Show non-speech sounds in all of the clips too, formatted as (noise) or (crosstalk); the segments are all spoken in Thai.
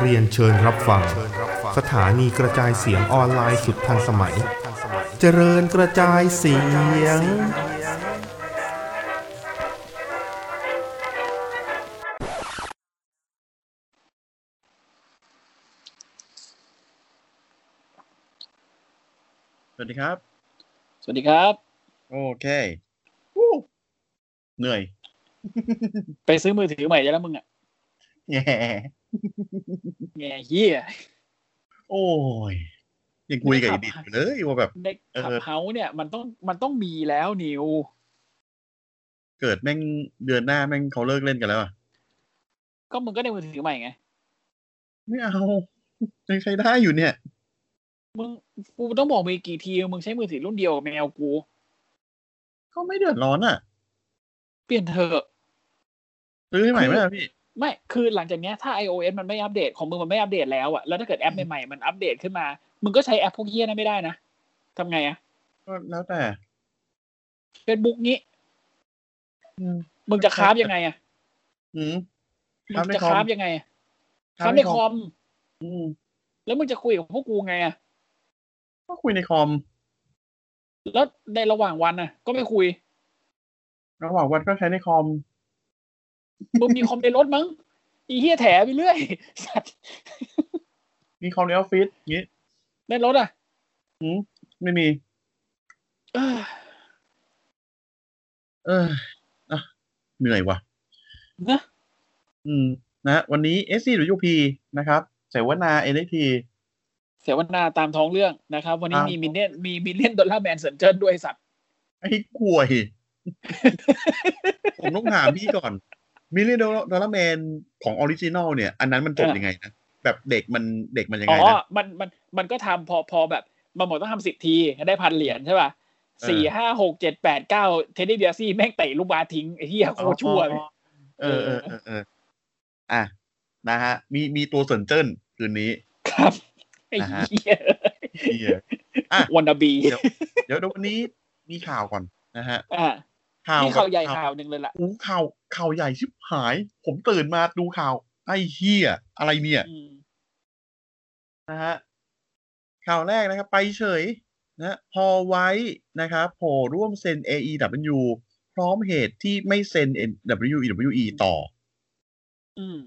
เรียนเชิญรับฟัง สถานีกระจายเสียงออนไลน์สุดทันสมัย เจริญกระจายเสียง สวัสดีครับ สวัสดีครับ โอเควู้เหนื่อย ไปซื้อมือถือใหม่ได้แล้วมึงอ่ะ แง่ แง่เฮีย โอ้ยยังคุยกับไอ้ดิดอยู่เลยว่าแบบ ใน เออ ขับเฮาเนี่ยมันต้องมันต้องมีแล้วนิว เกิดแม่งเดือนหน้าแม่งเขาเลิกเล่นกันแล้วอะ ก็มึงก็ได้มือถือใหม่ไง ไม่เอายังใช้ได้อยู่เนี่ย มึงกูต้องบอกมีกี่ทีมึงใช้มือถือรุ่นเดียวกับแมวกู ก็ไม่เดือดร้อนอ่ะ เปลี่ยนเถอะ ซื้อให้ใหม่ไหมอะพี่ ไม่คือหลังจากเนี้ยถ้า iOS มันไม่อัปเดตของมึงมันไม่อัปเดตแล้วอ่ะแล้วถ้าเกิดแอปใหม่ๆมันอัปเดตขึ้นมา มึงก็ใช้แอปพวกเฮียนั้นไม่ได้นะทำไงอ่ะ ก็แล้วแต่ เฟซบุ๊กงี้ อืม มึงจะค้าบยังไงอ่ะ อืม มึ ค้าฟ ง ใน จะ คอม ค้าบยังไงอะค้าบในคอม อืม แล้วมึงจะคุยกับพวกกูไงอ่ะ ก็คุยในคอม แล้วในระหว่างวันน่ะ ก็ไม่คุย ระหว่างวันก็ใช้ในคอม มึงมีคอมในรถมั้งอีเฮียแถไปเรื่อย (laughs) สัตว์ มีคอมในออฟฟิศงี้ ในรถอ่ะ ไม่มี เออ เอออ่ะเหนื่อยว่ะ นะ อืม นะ วันนี้ SCWP นะครับเสวนา NXT เสวนาตามท้องเรื่องนะครับ วันนี้ อ่ามี มีมิลเลยนมีมิลเลยนดอลลาร์แมนเซนเจิ้นด้วยสัตว์ ไอ้กวย (laughs) ผมต้องถามพี่ก่อนมิลเลนดอลลาร์แมนของออริจินอลเนี่ย อันนั้นมันจบยังไงนะ แบบเด็กมันเด็กมันยัง อ๋ ไง อ นะ มันมันมันก็ทำพอพอแบบ มันหมดต้องทำสิบทีได้พันเหรียญใช่ป่ะ ออ สี่ห้าหกเจ็ดแปดเก้าเทนนิสเบียซี่แม่งเตะลูกบาสทิ้งไอ้เหี้ยโคตรชั่วเลย เออเออเออเอออ่ะนะฮะ มีมีตัวสนเจิ้นคืนนี้ ครับไอ้ อ่าฮะ เหี้ย (laughs) เหี้ย อ่ะ วันนาบี เดี๋ยวเดี๋ยววันนี้มีข่าวก่อนนะฮะ อ่า ข่าว นี่ข่าวใหญ่ แบบ ข่าวหนึ่งเลยล่ะ อู้ข่าวข่าวใหญ่ชิบหาย ผมตื่นมาดูข่าว ไอ้เฮียอะไรเนี่ย อืม นะฮะข่าวแรกนะครับ ไปเฉยนะพอไว้นะครับโผล่ร่วมเซ็น AEW พร้อมเหตุที่ไม่เซ็น WWE ต่อ อืม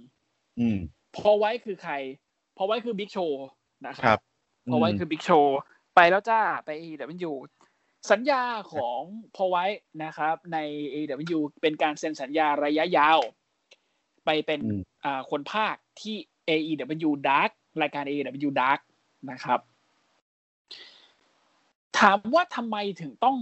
อืม พอไว้คือใคร พอไว้คือบิ๊กโชว์นะค ครั รับ บ พอไว้คือบิ๊กโชว์ไปแล้วจ้าไป AEW สัญญาของพอไว้นะครับ ใน AEW เป็นการเซ็นสัญญาระยะยาว ไปเป็น อืม อ่าคนภาคที่ AEW Dark รายการ AEW Dark นะครับ ถามว่าทำไมถึงต้อง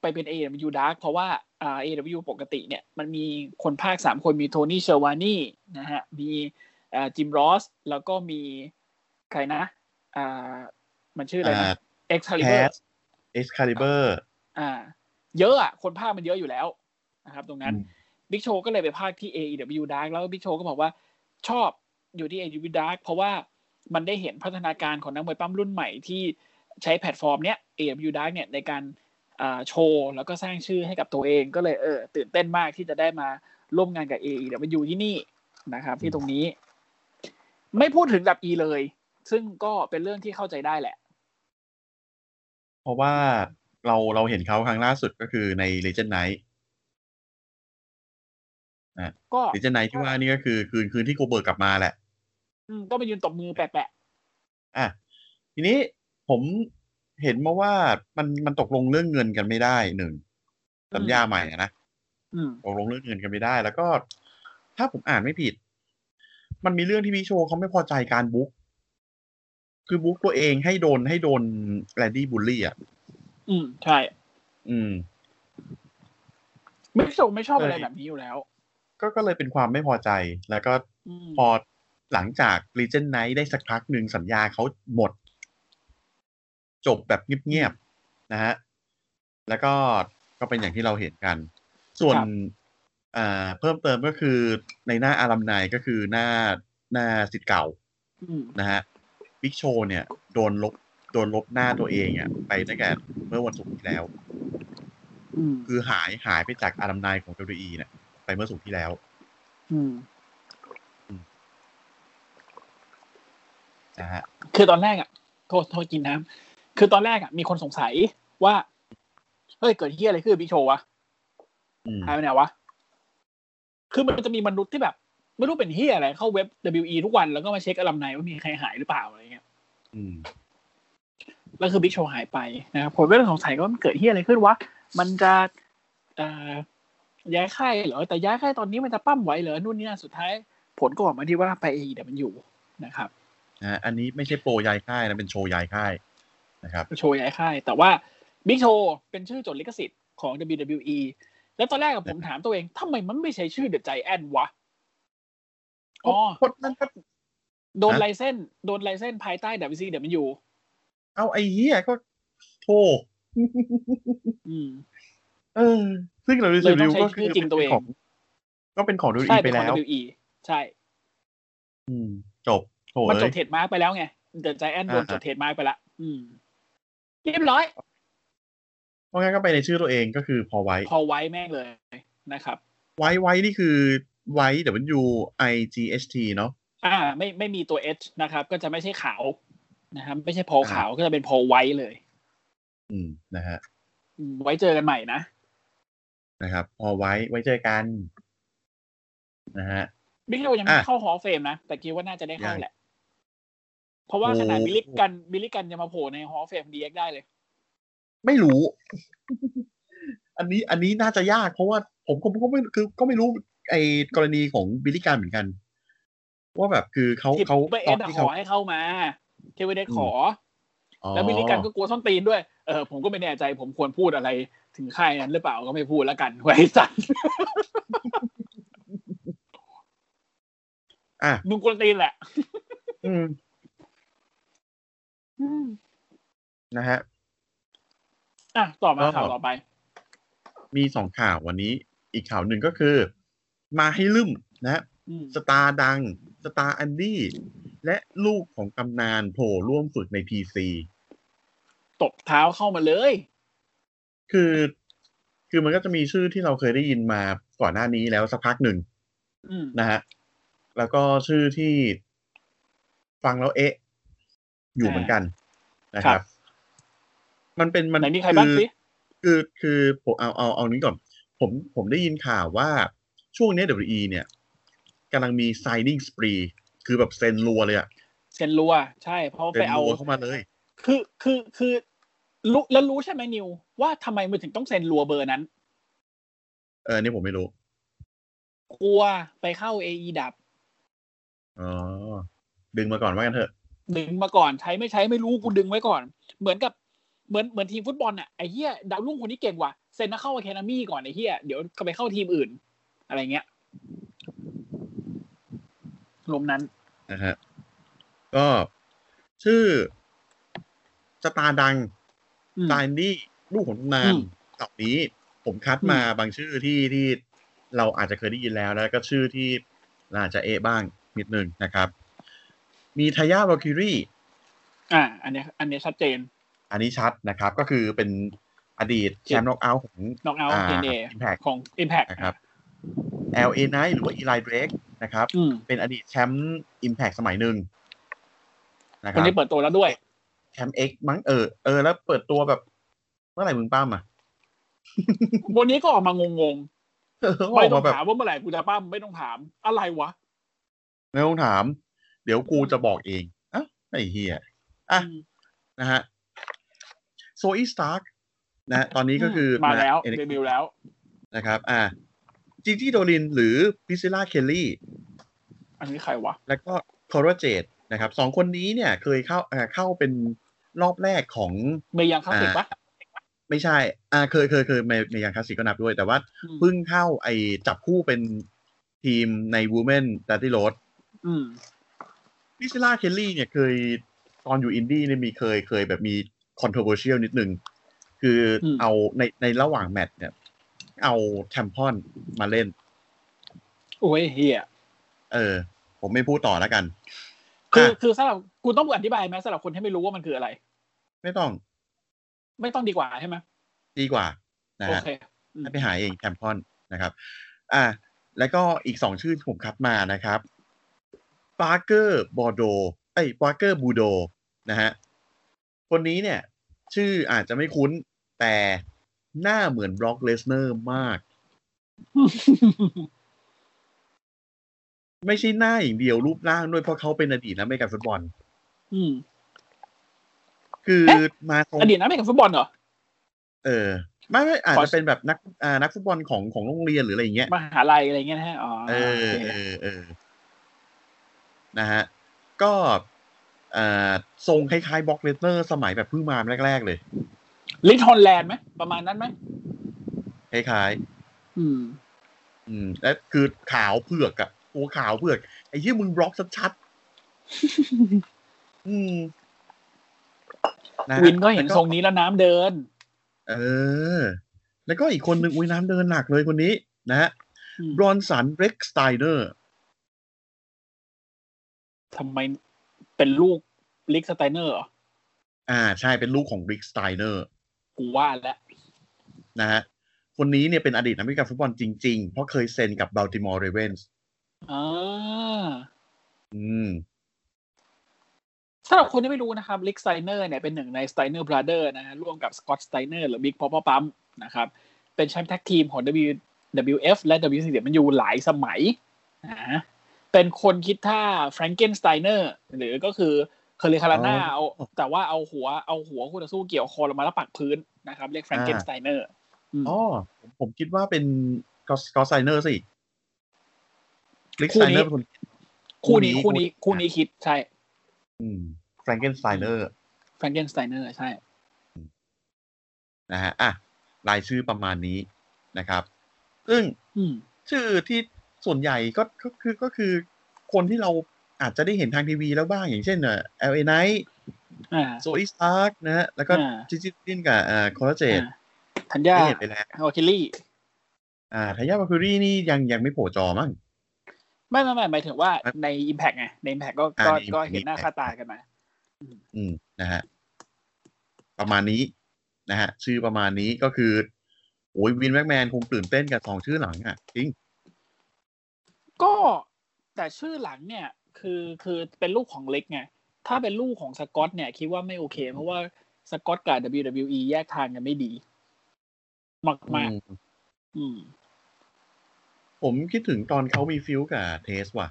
ไปเป็น AEW Dark เพราะว่าอ่า AEW ปกติเนี่ย มันมีคนภาคสามคนมีโทนี่เชอร์วานี่นะฮะมีอ่าจิมรอส แล้วก็มีใครนะอ่ามันชื่ออะไร อ่า นะ e x c a l i b u r Cass Excalibur อ่า เยอะอ่ะ คนภาคมันเยอะอยู่แล้วนะครับตรงนั้น อืม บิ๊กโชก็เลยไปภาคที่ AEW Dark แล้วบิ๊กโชก็บอกว่าชอบอยู่ที่ AEW Dark เพราะว่ามันได้เห็นพัฒนาการของนักมวยปั้มรุ่นใหม่ที่ใช้แพลตฟอร์มเนี้ย AEW Dark เนี่ยในการอ่าโชว์แล้วก็สร้างชื่อให้กับตัวเองก็เลยเออตื่นเต้นมากที่จะได้มาร่วมงานกับ AEW ที่นี่นะครับ ที่ตรงนี้ ไม่พูดถึงดับอีเลย ซึ่งก็เป็นเรื่องที่เข้าใจได้แหละ เพราะว่าเราเราเห็นเขาครั้งล่าสุดก็คือใน Legend Night ก็ Legend Night ที่ว่านี่ก็คือคืนคืนที่โกเบิร์กกลับมาแหละ อืมก็ไปยืนตบมือแปะ อ่ะทีนี้ผมเห็นมาว่ามันมันตกลงเรื่องเงินกันไม่ได้หนึ่งสัญญาใหม่อะนะ ๆอืม ตกลงเรื่องเงินกันไม่ได้ แล้วก็ ถ้าผมอ่านไม่ผิด มันมีเรื่องที่วิกโชว์เขาไม่พอใจการบุ๊กคือบุ๊กตัวเองให้โดนให้โดนแรนดี้บูลลี่อ่ะ อืมใช่ อืม ไม่ชอบไม่ชอบอะไร เออ แบบนี้อยู่แล้ว ก็ก็เลยเป็นความไม่พอใจ แล้วก็ อืม พอหลังจาก Legend Night ได้สักพักหนึ่งสัญญาเขาหมด จบแบบเงียบๆนะฮะแล้วก็ก็เป็นอย่างที่เราเห็นกัน ส่วนอ่าเพิ่มเติมก็คือในหน้าอารัมไนก็คือหน้าหน้าสิทธิ์เก่า อืม นะฮะบิ๊กโชเนี่ย โดนลบโดนลบหน้าตัวเองอ่ะไปตั้งแต่เมื่อวันศุกร์ที่แล้ว อืม คือหายหายไปจากอาดัมไนของ WWE เนี่ยไปเมื่อสุกร์ที่แล้ว อืม นะฮะ คือตอนแรกอ่ะโทษโทษกินน้ำคือตอนแรกอ่ะมีคนสงสัยว่า เฮ้ย เกิดเฮียอะไรขึ้นกับบิ๊กโชว์วะ อืม หายไปไหนวะ คือมันจะมีมนุษย์ที่แบบ ไม่รู้เป็นเฮียอะไร เข้าเว็บ WE ทุกวันแล้วก็มาเช็คอลัมไนว่ามีใครหายหรือเปล่าอะไรเงี้ย อืม แล้วคือบิ๊กโชว์หายไปนะครับผมก็เลยสงสัยว่ามันเกิดเฮียอะไรขึ้นวะ มันจะเอ่อย้ายค่ายเหรอ แต่ย้ายค่ายตอนนี้มันจะปั้มไหวเหรอนู่นนี่นั่นสุดท้าย ผลก็ออกมาที่ว่าไปเอเดมันอยู่นะครับ นะฮะอันนี้ไม่ใช่โปรยายค่ายนะเป็นโชว์ยายค่ายนะครับ โชว์ย้ายค่าย แต่ว่า Big Show เป็นชื่อจดลิขสิทธิ์ของ WWE แล้วตอนแรกกับผมถามตัวเองทำไมมันไม่ใช้ชื่อ The Giant วะ อ๋อ คนนั้นก็ โดนไลเซนโดนไลเซนภายใต้ WCW เอาไอ้เหี้ยก็โท อืม เออ ซึ่งเราดู เลยต้องใช้ ก็ ชื่อจริงตัวเอง ขก็เป็นของดูอี ใช่ ไป เป็นข แล้ อง ว WWE ใช่ อืม จบโถ มันจ เอ้ ด ย เทรดมาร์กไปแล้วไง The Giant โดน อ่า จดเทรดมาร์กไปละอืม เรียบร้อย เพราะงั้นก็ไปในชื่อตัวเองก็คือพอไว้ พอไว้แม่งเลยนะครับ ไว้ไว้นี่คือไว้แต่มัน U I G H T เนาะ อ่า ไม่ไม่มีตัว H นะครับ ก็จะไม่ใช่ขาวนะครับไม่ใช่พอขาวก็จะเป็นพอไว้เลย อืมนะฮะ อืมไว้เจอกันใหม่นะ นะครับ พอไว้ไว้เจอกัน นะฮะ บิ๊กโชว์ยังไม่ อ่ะ ได้เข้าหอเฟรมนะ แต่คิดว่าน่าจะได้เข้า ยัง แหละ เพราะว่าขนาด โอ้ บิลลิกันบิลลิกันจะมาโผล่ในหอเฟรมดีเอ็กได้เลย ไม่รู้ (laughs) อันนี้อันนี้น่าจะยากเพราะว่าผมก็ก็ไม่คือก็ไม่รู้ไอ้กรณีของบิลลิการเหมือนกัน ว่าแบบคือเขา ที่ เขา ไปเอ ตอ ส นที่ ข เขา อให้เข้ามาเทวเดช อืม ขอ อ๋อ แล้วบิลลิกันก็กลัวส้นตีนด้วย เออผมก็ไม่แน่ใจ ผมควรพูดอะไรถึงค่ายนั้นหรือเปล่าก็ไม่พูดแล้วกัน (laughs) ไว้สัตว์ อ่ะ มึงกวนตีนแหละ อืม อืม นะฮะ อ่ะต่อมา ก็ ข่าวต่อไป มีสองข่าววันนี้ อีกข่าวหนึ่งก็คือ มาให้ลืมนะฮะ อืม สตาร์ดัง สตาร์แอนดี้ และลูกของกำนานโผล่ร่วมฝึกในพีซี ตบเท้าเข้ามาเลย คือ คือมันก็จะมีชื่อที่เราเคยได้ยินมาก่อนหน้านี้แล้วสักพักหนึ่ง อืม นะฮะ แล้วก็ชื่อที่ฟังแล้วเอ๊ะ อยู่เหมือนกันนะครับ มันเป็นมัน ไหนมีใครบ้างสิ คือคือผมเอาเอาเอานี้ก่อน ผมผมได้ยินข่าวว่าช่วงเนี้ย WE เนี่ยกำลังมี signing spree คือแบบเซ็นรัวเลยอะ เซนลัว ใช่เพราะ เซ็ ไป น เอา รัวเข้ามาเลย คือคือคือรู้แล้วรู้ใช่ไหมนิว ว่าทำไมมันถึงต้องเซ็นรัวเบอร์นั้น เออเนี่ยผมไม่รู้ กลัวไปเข้า AE ดับ อ๋อ ดึงมาก่อนว่ากันเถอะ ดึงมาก่อนใช้ไม่ใช้ไม่รู้กูดึงไว้ก่อน เหมือนกับเหมือนเหมือนทีมฟุตบอลน่ะไอ้เหี้ยดาวรุ่งคนนี้เก่งว่ะเซ็นนะเข้าอะคาเดมี่ก่อนไอ้เหี้ยเดี๋ยวก็ไปเข้าทีมอื่น อะไรเงี้ยรวมนั้น นะฮะ ก็ชื่อสตาร์ดัง อืม ตายนี่ลูกของตำนาน อืม ต่อนี้ผมคัดมาบางชื่อที่ที่เราอาจจะเคยได้ยินแล้วแล้วก็ชื่อที่เราอาจจะเอะบ้างนิดนึงนะครับ มีทายาทวาคิรี อ่า อันเนี้ยอันเนี้ยชัดเจน อันนี้ชัดนะครับ ก็คือเป็นอดีตแชมป์น็อกเอาท์ของ น็อกเอาท์ อ่า เอเ อิมแพค ของ Impact นะครับ LA Knight หรือว่าอีไลเดรกนะครับ อืม เป็นอดีตแชมป์อิมแพ t สมัยหนึ่งนะค คน รับ นี้เปิดตัวแล้วด้วย แชมป์เอ็กมั้งเออเออแล้วเปิดตัวแบบ เมื่อไหร่มึงป้ามอ่ะ (laughs) วันนี้ก็ออกมางง เออ ๆ อ ไม่ อก ต้อ มาง แบบ ถามว่าเมื่อไหร่กูจะปั้มไม่ต้องถามอะไรวะ ไม่ต้องถาม เดี๋ยวกูจะบอกเองอ่ะไอ้เฮียอ่ะ นะฮะโซอีสตาร์กนะฮะตอนนี้ก็คือ มาแล้ว เอ็น เดบิวต์แล้ว นะครับ อ่าจีจีโดลินหรือพิซิล่าเคลลี่ อันนี้ใครวะ แล้วก็คอร์เจตนะครับสองคนนี้เนี่ยเคยเข้าอ่าเข้าเป็นรอบแรกของ เมยังคลาสสิกปะ ไม่ใช่ อ่าเคยเคยเคยในในยังคลาสสิกก็นับด้วย แต่ว่า อืม เพิ่งเข้าไอจับคู่เป็นทีมใน Women d a r t y Road อืม พิซิล่าเคลลี่เนี่ยเคยตอนอยู่อินดี้เนี่ยมีเคยเคยแบบมี controversial นิดนึง คืออ ม เอาในในระหว่างแมตช์เนี่ย เอาแชมพอนมาเล่น โอ้ยเฮีย เออ ผมไม่พูดต่อแล้วกัน คือ อ่ะ คือสำหรับกูต้องอธิบายไหมสำหรับคนที่ไม่รู้ว่ามันคืออะไร ไม่ต้อง ไม่ต้องดีกว่าใช่ไหม ดีกว่า นะ โอ ฮะ เค (laughs) อืม ให้ไปหาเองแคมพอนนะครับ อ่า แล้วก็อีกสองชื่อที่ผมคัดมานะครับปาร์เกอร์บอโดเอ้ยปาร์เกอร์บูโดนะฮะคนนี้เนี่ย ชื่ออาจจะไม่คุ้นแต่หน้าเหมือนบล็อกเลสเนอร์มาก ไม่ใช่หน้าอย่างเดียวรูปร่างด้วยเพราะเขาเป็นอดีตนะไม่กับฟุตบอล อืม คือ เอ๊ะ มาทรง อดีตนักเตะกับฟุตบอลเหรอ เออไม่ไม่อาจ ขอ จะเป็นแบบนักอ่านักฟุตบอลของของโรงเรียนหรืออะไรอย่างเงี้ย มหาลัยอะไรเงี้ยนะฮะอ๋อ เออ โอ เอ เค อเออนะฮะก็เอ่อทรงคล้ายๆบ็อกเลสเตอร์ สมัยแบบเพิ่งมาแรก ๆ เลย ลิทฮอลแลนด์ไหมประมาณนั้นไหม คล้าย อืม ๆอืมและคือขาวเผือกอะตัวขาวเผือก ไอ้ที่มึงบล็อกชัดๆอืมะฮะ วินก็เห็น แล้ว ทรงนี้แล้วน้ำเดิน เออ แล้วก็อีกคนหนึ่งอุ้ยน้ำเดินหนักเลยคนนี้ นะฮะ อืม บรอนสันเบรกสไตเนอร์ ทำไมเป็นลูกลิกสไตเนอร์เหรอ อ่าใช่เป็นลูกของริกสไตเนอร์ กูว่าแล้ว นะฮะคนนี้เนี่ยเป็นอดีตนักวิการฟุตบอลจริง ๆ เพราะเคยเซ็นกับ Baltimore Ravens อ่า อืม สำหรับคนที่ไม่รู้นะครับลิกสไตเนอร์เนี่ยเป็นหนึ่งในสไตเนอร์บราเดอร์นะฮะร่วมกับสกอตสไตเนอร์หรือบิ๊กพอปปั๊มนะครับ เป็นแชมป์แท็กทีมของ WWF และ WCW หลายสมัยนะฮะเป็นคนคิดท่าแฟรงเกนสไตเนอร์หรือก็คือเคอร์เรคาราน่าเอาแต่ว่าเอาหัวเอาหัวคู่ต่อสู้เกี่ยวคอลงมาแล้วปักพื้นนะครับเรียกแฟรงเกนสไตเนอร์ อ๋อผมผมคิดว่าเป็นสกอตไซเนอร์สิริก คู่ สไต นี้ เนอร์เป็นคน คู่นี้คู่นี้คู่นี้คิดใช่ แฟรงเกนสไตเนอร์ แฟรงเกนสไตเนอร์ใช่ นะฮะอ่ะรายชื่อประมาณนี้นะครับ ซึ่ง อืม ชื่อที่ส่วนใหญ่ก็ก็คือก็คือคนที่เราอาจจะได้เห็นทางทีวีแล้วบ้างอย่างเช่นเอ่อ LA Knight อ่า โซอีสตาร์กนะฮะแล้วก็ อ่า จิจิตินกับเอ่อคอร์เจต อ่าธัญญา ได้เห็นไปแล้ว โอคิลลี่ อ่าทายาบาคูรี่นี่ยังยังไม่โผล่จอมั้ง ไม่ไม่ไม่หมายถึงว่าใน Impact ไง ใน Impact ก็ อ่า ก็ ใน Impact ก็เห็นหน้าค่าตากันมา อืมนะฮะ ประมาณนี้นะฮะ ชื่อประมาณนี้ก็คือ โอ้ยวินแม็กแมนคงตื่นเต้นกับสองชื่อหลังอ่ะ จริง ก็แต่ชื่อหลังเนี่ย คือคือเป็นลูกของเล็กไง ถ้าเป็นลูกของสกอตเนี่ย คิดว่าไม่โอเค เพราะว่าสกอตกับ WWE แยกทางกันไม่ดี มากมาก อืม ๆอืม ผมคิดถึงตอนเขามีฟิวกับเทสว่ะ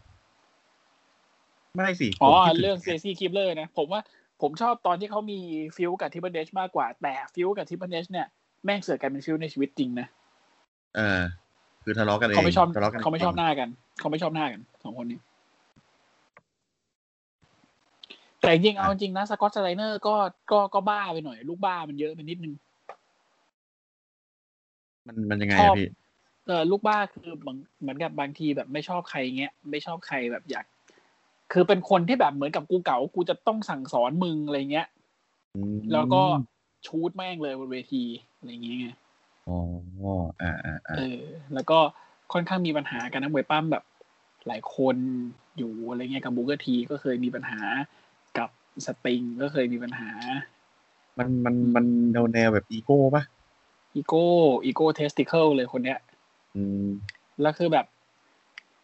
ไม่สิ อ๋อ ผมคิดถึ เรื่องเซซี่คิปเลอร์นะ ผมว่าผมชอบตอนที่เขามีฟิลกับทิปเปอร์เดชมากกว่า แต่ฟิลกับทิปเปอร์เดชเนี่ย แม่งเสือกกลายเป็นฟิลในชีวิตจริงนะ เออ คือทะเลาะกันเอง เขาไม่ชอบ ทะเลาะกัน เขาไม่ชอบห นะ น้ากัน เขาไม่ชอบหน้ากันสองคนนี้ แต่จริงๆ อ่ะ เอาจริงนะสกอตสไลเนอร์ก็ก็ก็บ้าไปหน่อย ลูกบ้ามันเยอะไปนิดนึง มันมันยังไง ชอ อะ บ พี่ เออลูกบ้าคือบางเหมือนกับบางทีแบบไม่ชอบใครเงี้ยไม่ชอบใครแบบอยาก คือเป็นคนที่แบบเหมือนกับกูเก๋ากูจะต้องสั่งสอนมึงอะไรเงี้ย อืม แล้วก็ชูดแม่งเลยบนเวทีอะไรอย่างเงี้ยไง อ๋ออ่าอ่าอ่า เออแล้วก็ค่อนข้างมีปัญหากันนักมวยปั้มแบบหลายคนอยู่อะไรเงี้ยกับบูเกอร์ทีก็เคยมีปัญหากับสติงก็เคยมีปัญหา มันมันมันแนวแนวแบบอีโก้ป่ะ อีโก้อีโก้เทสติเคิลเลยคนเนี้ย อืม แล้วคือแบบ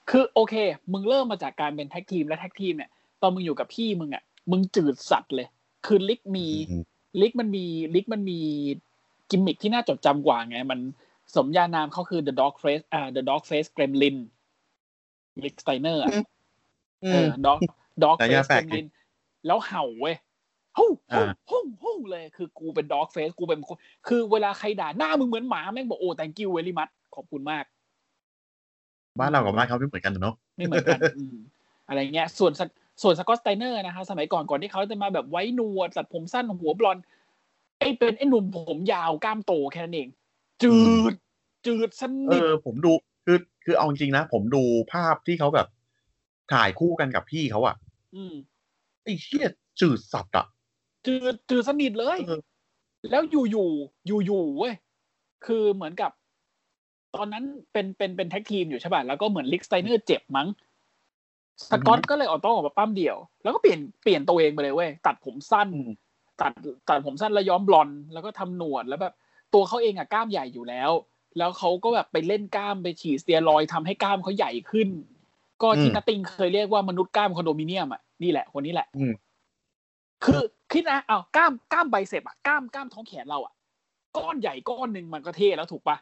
คือโอเค มึงเริ่มมาจากการเป็นแท็กทีมและแท็กทีมเนี่ย ตอนมึงอยู่กับพี่มึงอ่ะ มึงจืดสัตว์เลย คือลิกมี อืม ลิกมันมีลิกมันมีกิมมิคที่น่าจดจำกว่าไง มันสมญานามเขาคือ the dog face อ่า the dog face gremlin ลิกสไตเนอร์อะ อื เอ ม อด็อกด็อก แต่ เฟ ยา ส แปล เก ก ม ดิ ลินแล้วเห่าเว้ยฮู้ฮู้ อ่า ฮู้ฮู้เลยคือกูเป็นด็อกเฟสกูเป็นคนคือเวลาใครด่าหน้ามึงเหมือนหมาแม่งบอกโอ้ thank you very much ขอบคุณมาก บ้านเรากับบ้านเขาไม่เหมือนกันนะเนาะ ไม่เหมือน (laughs) กันอืมอะไรเงี้ย ส่วนสกส่วนสกอตสไตเนอร์นะคะ สมัยก่อนก่อนที่เขาจะมาแบบไว้หนวดตัดผมสั้นหัวบลอนด์ไอ้เป็นไอ้หนุ่มผมยาวกล้ามโตแค่นั้นเอง จืด จืดส เอ นิท อผมดูคือคือเอาจริงๆนะ ผมดูภาพที่เขาแบบถ่ายคู่กันกับพี่เขาอะ อืม ไอ้เชี่ยจืดสัตว์อะ จืดจืดสนิทเลย เออ แล้วอยู่อยู่อยู่อยู่ๆเว้ย คือเหมือนกับ ตอนนั้นเป็นเป็นเป็นแท็กทีมอยู่ใช่ป่ะ แล้วก็เหมือนลิกสไตเนอร์เจ็บมั้ง สกอตก็เลยเออโต้ออกมาปั้มเดี่ยว แล้วก็เปลี่ยนเปลี่ยนตัวเองไปเลยเว้ย ตัดผมสั้น ตัดตัดผมสั้นแล้วย้อมบลอนด์แล้วก็ทำหนวดแล้วแบบ ตัวเขาเองอะกล้ามใหญ่อยู่แล้ว แล้วเขาก็แบบไปเล่นกล้ามไปฉีดสเตียรอยด์ทำให้กล้ามเขาใหญ่ขึ้น ก็ที่ อืม นัตติงเคยเรียกว่ามนุษย์กล้ามคอนโดมิเนียมอะนี่แหละคนนี้แหละ อืม คือคิดนะเอาวกล้ามกล้ามไบเซปอะกล้ามกล้ามท้องแขนเราอะก้อนใหญ่ก้อนหนึ่งมันก็เท่แล้วถูกปะ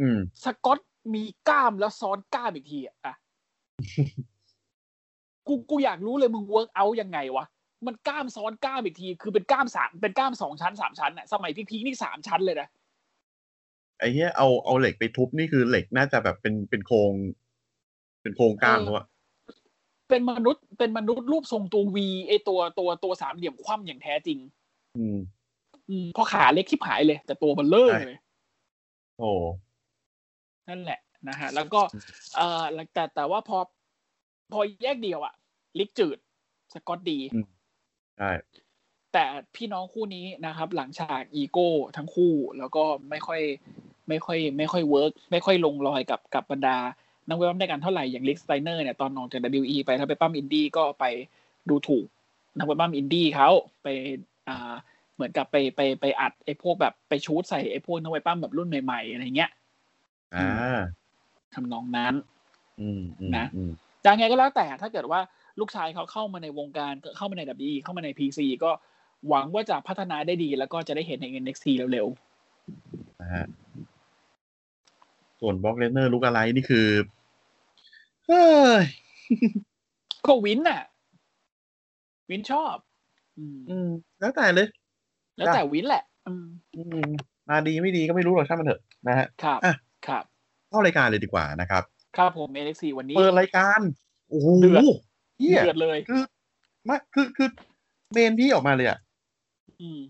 อืม สกอตมีกล้ามแล้วซ้อนกล้ามอีกทีอะ (laughs) อะ กูกูอยากรู้เลยมึงเวิร์กเอายังไงวะมันกล้ามซ้อนกล้ามอีกที คือเป็นกล้ามสามเป็นกล้ามสองชั้นสามชั้นอะสมัยพีคๆนี่สามชั้นเลยนะ ไอ้เนี้ยเอาเอาเหล็กไปทุบนี่คือเหล็กน่าจะแบบเป็นเป็นโครง เป็นโครงกล้าม เออ เขาอะ เป็นมนุษย์เป็นมนุษย์รูปทรงตัววีไอตัวตัวตัวสามเหลี่ยมคว่ำอย่างแท้จริง อืม อืมเพราะขาเล็กทิบหายเลย แต่ตัวเบลเลอร์เลย โอ้ นั่นแหละนะฮะ แล้วก็เอ่อแล้วแต่แต่ว่าพอ พอแยกเดียวอะลิกจืด สกอตดี อืม ใช่ แต่พี่น้องคู่นี้นะครับ หลังฉากอีโก้ทั้งคู่แล้วก็ไม่ค่อยไม่ค่อย ไม่ค่อยเวิร์กไม่ค่อยลงรอยกับกับบรรดา นักเวทมนต์ด้วยกันเท่าไหร่อย่างลิกสไตเนอร์เนี่ยตอนนองจาก WE ไปถ้าไปปั้มอินดี้ก็ไปดูถูก นักเวทมนต์อินดี้เขาไปอ่าเหมือนกับไปไปไปอัดไอ้พวกแบบไปชูดใส่ไอ้พวกนักเวทมนต์แบบรุ่นใหม่ๆอะไรเงี้ย อ่า ทำนองนั้น อืมอืม นะ อืม ยังไงก็แล้วแต่ถ้าเกิดว่าลูกชายเขาเข้ามาในวงการเข้ามาใน WE เข้ามาใน PC ก็หวังว่าจะพัฒนาได้ดี แล้วก็จะได้เห็นใน NXT เร็ว นะฮะส่วนบล็อกเลนเนอร์ลุกอะไรนี่คือเฮ้ย ๆ ก็วินน่ะ วินชอบ อืม อืม แล้วแต่เลย แล้วแต่วินแหละ อืม อืมมาดีไม่ดีก็ไม่รู้หรอกช่างมันเถอะนะฮะ ครับ อ่ะ ครับ เข้ารายการเลยดีกว่านะครับ ครับผม NXT วันนี้ เปิดรายการ โอ้โห เดือด เฮีย เดือดเลย คือมาคือคือเมนพี่ออกมาเลยอ่ะ อืม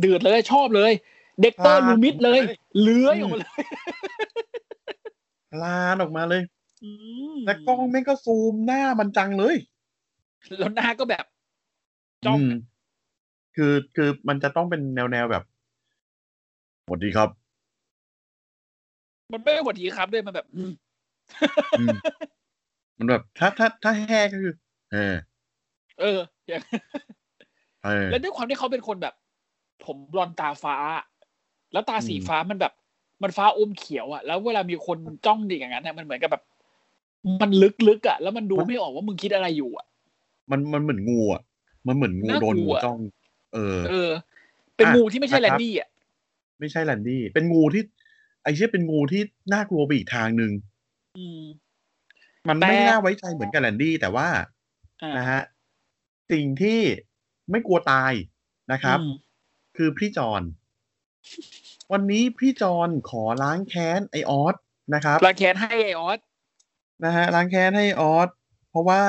เดือดเลยชอบเลย เด็กเตอร์ ครับ ลูมิดเลย เลื้อยอ อืม อกมาเลย ลานออกมาเลย อืม แต่กล้องแม่งก็ซูมหน้ามันจังเลย แล้วหน้าก็แบบ จ้อง มคือคือมันจะต้องเป็นแนวแนวแบบสวัสดีครับ มันไม่ได้หวัดดีครับด้วยมันแบบ อืม อืมมันแบบถ้าถ้าถ้าแห่ก็คือแห่ เอออย่าง แห่ แล้วด้วยความที่เขาเป็นคนแบบ ผมบลอนด์ตาฟ้า แล้วตาสีฟ้ามันแบบ มันฟ้าอมเขียวอะแล้วเวลามีคนจ้องดิอย่างนั้นอะมันเหมือนกับแบบ มันลึกๆอะแล้วมันดูไม่ออกว่ามึงคิดอะไรอยู่อะ มันมันเหมือนงูอ่ะ มันเหมือนงู น่ากลัโดวนงูจ้อง เออ เออ เป็น อ่ะ งูที่ไม่ใช่ นะค แล รับ นดี้อะ ไม่ใช่แลนดี้ เป็นงูที่ ไอเชี่ยเป็นงูที่น่ากลัวไปอีกทางหนึ่ง อืม มัน แต่ ไม่น่าไว้ใจเหมือนกับแลนดี้ แต่ว่า อ่า นะฮะสิ่งที่ไม่กลัวตายนะครับ อืม คือพี่จอน วันนี้พี่จอนขอล้างแค้นไอออสนะครับ รังแคนให้ไอออส นะฮะล้างแค้นให้ออสเพราะว่า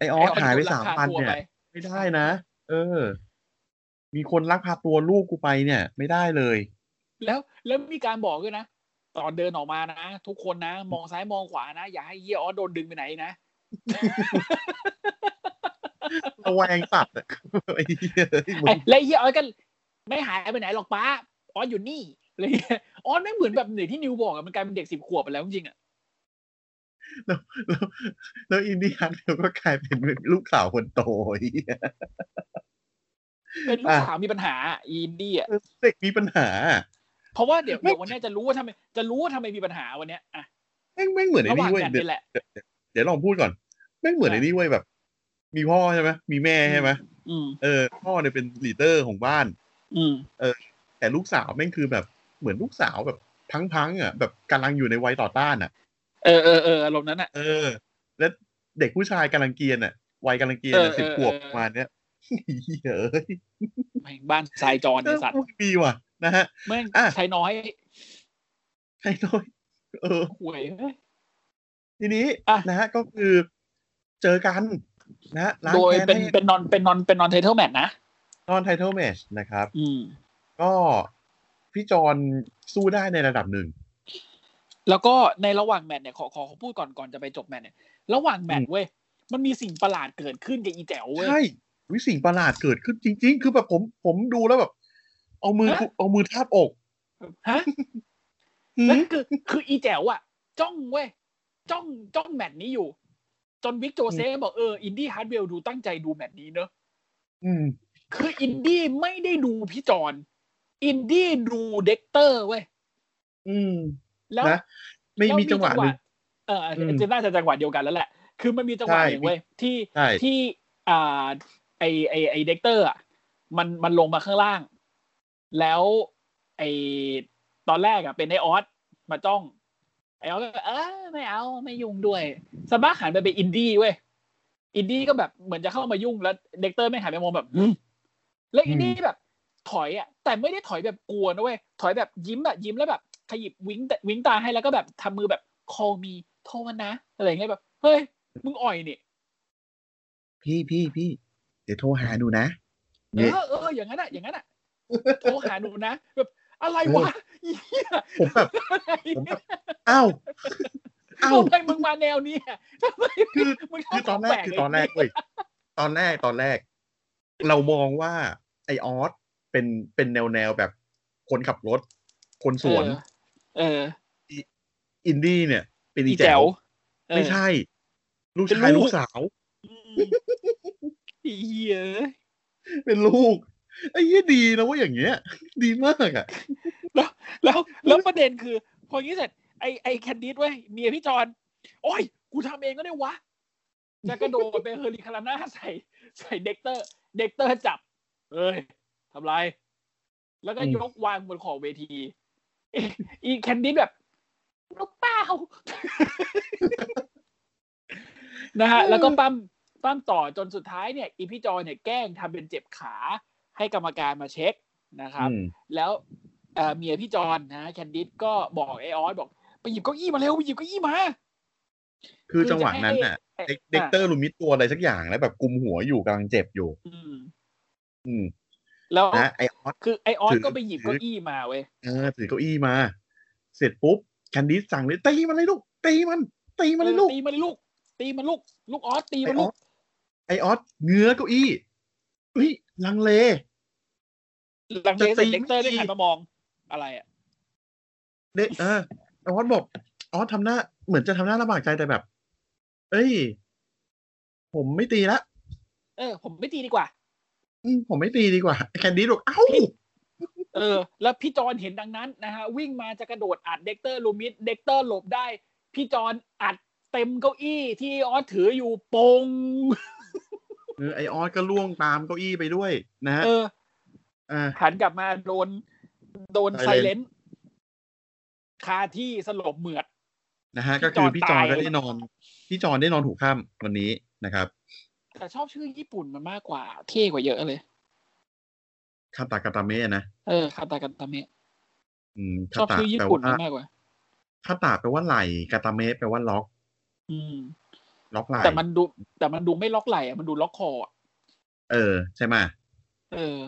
ไอออสหายไปสามพันเนี่ย ไม่ได้นะ เออ มีคนลักพาตัวลูกกูไปเนี่ย ไม่ได้เลย แล้วแล้วมีการบอกด้วยนะ ตอนเดินออกมานะ ทุกคนนะ มองซ้ายมองขวานะ อย่าให้เฮียออสโดนดึงไปไหนนะ ระแวงสัตว์อะ (laughs) ไอ้เหี้ยมึง ไอ้และไอ้เฮียออสก็ไม่หายไปไหนหรอกป้าออสอยู่นี่อะไรเงี้ยออสไม่งเหมือนแบบเหนือที่นิวบอกอะมันกลายเป็นเด็กสิบขวบไปแล้วจริงๆอะ แล้ว (laughs) แล้วอินดี้ฮันเดี๋ยวก็กลายเป็นลูกสาวคนโตไอ้เหี้ย เป็นลูกสาวมีปัญหาอะอินดี้อะ เด็กมีปัญหา เพราะว่าเดี๋ยวเดี๋ยววันเนี้ยจะรู้ว่าทำไมจะรู้ว่าทำไมมีปัญหาวันเนี้ยอะ แม่งแม่งเหมือนไอ้ ระห นี่ ว่าง เว้ย กัน เดี๋ยว นี่แหละ เดี๋ยวลองพูดก่อนแม่งเหมือนไอ้อ่ะนี่เว้ยแบบ มีพ่อใช่ไหมมีแม่ใช่ไหม อืม เออพ่อเนี่ยเป็นลีดเดอร์ของบ้าน อืม แต่ลูกสาวแม่งคือแบบเหมือนลูกสาวแบบพังๆอ่ะแบบกำลังอยู่ในวัยต่อต้านอ่ะ เออเออเอออารมณ์นั้นอะ เออ และเด็กผู้ชายกำลังเกรียนอ่ะวัยกำลังเกรียน เออ อ่ะ เออ สิบขวบ เออ ประมาณเนี้ยเหี้ยเอ้ย แม่งบ้านทรายจรในสัตว์ มึงมีว่ะนะฮะ แม่ง อ่ะ ใช้น้อย ใช่น้อยเออ ห่วยเอ้ย ทีนี้ อ่ะ นะฮะก็คือเจอกันนะฮะล้าง โดย แค้น เป็น ให้ เป็นนอนเป็นนอนเป็นนอนไทเทลแมทนะ นอนไทเทลแมชนะครับ อืม ก็พี่จอนสู้ได้ในระดับหนึ่ง แล้วก็ในระหว่างแมตช์เนี่ยขอขอขอพูดก่อนก่อนจะไปจบแมตช์เนี่ยระหว่างแมตช์เว้ยมันมีสิ่งประหลาดเกิดขึ้นกับอีแจ๋วเว้ย ใช่วิสิ่งประหลาดเกิดขึ้นจริง ๆ คือแบบผมผมดูแล้วแบบ เอามือ ฮะ เอามือทาบอก ฮะ หื นั่น ม คือคืออีแจ๋วอะจ้องเว้ยจ้องจ้องแมตช์นี้อยู่ จนวิกโจเซ่บอกเอออินดี้ฮาร์ดเวลดูตั้งใจดูแมตช์นี้เนอะ อืม คืออินดี้ไม่ได้ดูพี่จอน อินดี้ดูเด็กเตอร์เว้ย อืม แล้ว นะไม่มีจังหวะหนึ่ง เออ อืม จะน่าจะจังหวะเดียวกันแล้วแหละ คือมันมีจังหวะ ใช่ หนึ่งเว้ยที่ ใช่ ที่อ่าไอไอไอเด็กเตอร์อ่ะมันมันลงมาข้างล่าง แล้วไอตอนแรกอ่ะเป็นไอออสมาจ้องไอออสก็เออไม่เอาไม่ยุ่งด้วยสบ้าหันไปเป็นอินดี้เว้ยอินดี้ก็แบบเหมือนจะเข้ามายุ่งแล้วเด็กเตอร์ไม่งหันไปมองแบบอืมแล้วอินดี้แบบ ถอยอ่ะแต่ไม่ได้ถอยแบบกลัวนะเว้ยถอยแบบยิ้มอะยิ้มแล้วแบบ ขยิบวิ้งแต่วิ้งตาให้แล้วก็แบบทำมือแบบ call me โทรมานะอะไรอย่างเงี้ยแบบ เฮ้ย มึงอ่อยนี่ พี่พี่พี่เดี๋ยวโทรหาดูนะ เออเอออย่างนั้นอะอย่างนั้นอะโทรหาหนูนะ แบบอะไรวะอี (laughs) เหี้ย ผมแบบ (laughs) อะไร ผมแบบ อ้าว อ้าว ทำไมมึงมาแนวนี้อะทำไม คือ มึง คือตอนแรก ทำ คือ ปตลอนแรก ย่าง เว้ยตอนแรกตอนแรก เรามองว่าไอออสเป็นเป็นแนวแนวแบบคนขับรถ คนสวน เออ อินดี้เนี่ย เป็น เออ อี อี แจ๋ แจ๋ ว ว ไม่ เออ ใช่ ลูก เป็น ชาย ลู ลู ก กสาว อืมอีเหี้ย เป็นลูกไอ้ยี่ดีนะเว่าอย่างเงี้ย ดีมากอ่ะ แล้วแล้วประเด็นคือ พออย่างงี้เสร็จไอไอแคนดิดเว้ยเมียพี่จอนโอ้ย กูทำเองก็ได้วะ จะกระโดดไปเฮอริคาราน่าใส่ใส่เด็กเตอร์ เด็กเตอร์จับ เอ้ยทำไร แล้วก็ อืม ยกวางบนขอบเวทีอีอีแคนดิดแบบลูกเป้า (laughs) นะฮะ แล้วก็ปั้มปั้มต่อจนสุดท้ายเนี่ย อีพี่จอนเนี่ยแกล้งทำเป็นเจ็บขา ให้กรรมการมาเช็คนะครับ อืม แล้วเอ่อเมียพี่จอนนะแคนดิดก็บอกไอออสบอก ไปหยิบเก้าอี้มาเร็วไปหยิบเก้าอี้มา คือจังหวะนั้นน่ะ ไอ้ เด็กเด็กเตอร์ลูมิดตัวอะไรสักอย่างแล้วแบบกุมหัวอยู่กำลังเจ็บอยู่ อืม อืม แล้ว นะไอออส คือไอออส ถือ ก็ไปหยิบเก้าอี้มาเว้ย เออถือเก้าอี้มา เสร็จปุ๊บแคนดิสสั่งเลยตีมันเลยลูกตีมันตีมันเลยลูก ตีมันเลยลูก ตีมันลูก ลูกออสตี ไอ มัน อ ลู อส ก ไอออสเงื้อเก้าอี้เฮ้ยลังเล หลังจาก จะตี เด็กเตอร์ ไม่ ได้ ตี หันมามองอะไรอ่ะ เด็กเออไอออสบอกออสทำหน้า เหมือนจะทำหน้าลำบากใจแต่แบบ เอ้ย ผมไม่ตีละ เออ ผมไม่ตีดีกว่า อืมผมไม่ตีดีกว่าแคนดิสบอกเอ้า เออ แล้วพี่จอนเห็นดังนั้นนะฮะวิ่งมาจะกระโดดอัดเด็กเตอร์ลูมิดเด็กเตอร์หลบได้ พี่จอนอัดเต็มเก้าอี้ที่ออสถืออยู่ปง เออไอออสก็ล่วงตามเก้าอี้ไปด้วยนะฮะ เออ อ่า หันกลับมาโดนโดนไซ Silent เลนคาที่สลบเหมือด นะฮะ พี่ ก็คือ จอน พี่จอน ตาย ก็ได้นอนพี่จอนได้นอนหูค่ำวันนี้นะครับ แต่ชอบชื่อญี่ปุ่นมันมากกว่า เท่กว่าเยอะเลย คาตากาตาเมะนะ เออคาตากันตาเมะ อืม ช คา อบ ตา ชื่อญี่ แปล ปุ่น ว่า มันมากกว่า คาตาแปลว่าไหล่กาตาเมะแปลว่าล็อก อืม ล็อกไหล่ แต่มันดู แต่มันดูไม่ล็อกไหล่อะมันดูล็อกคออะ เออ ใช่ไหม เออ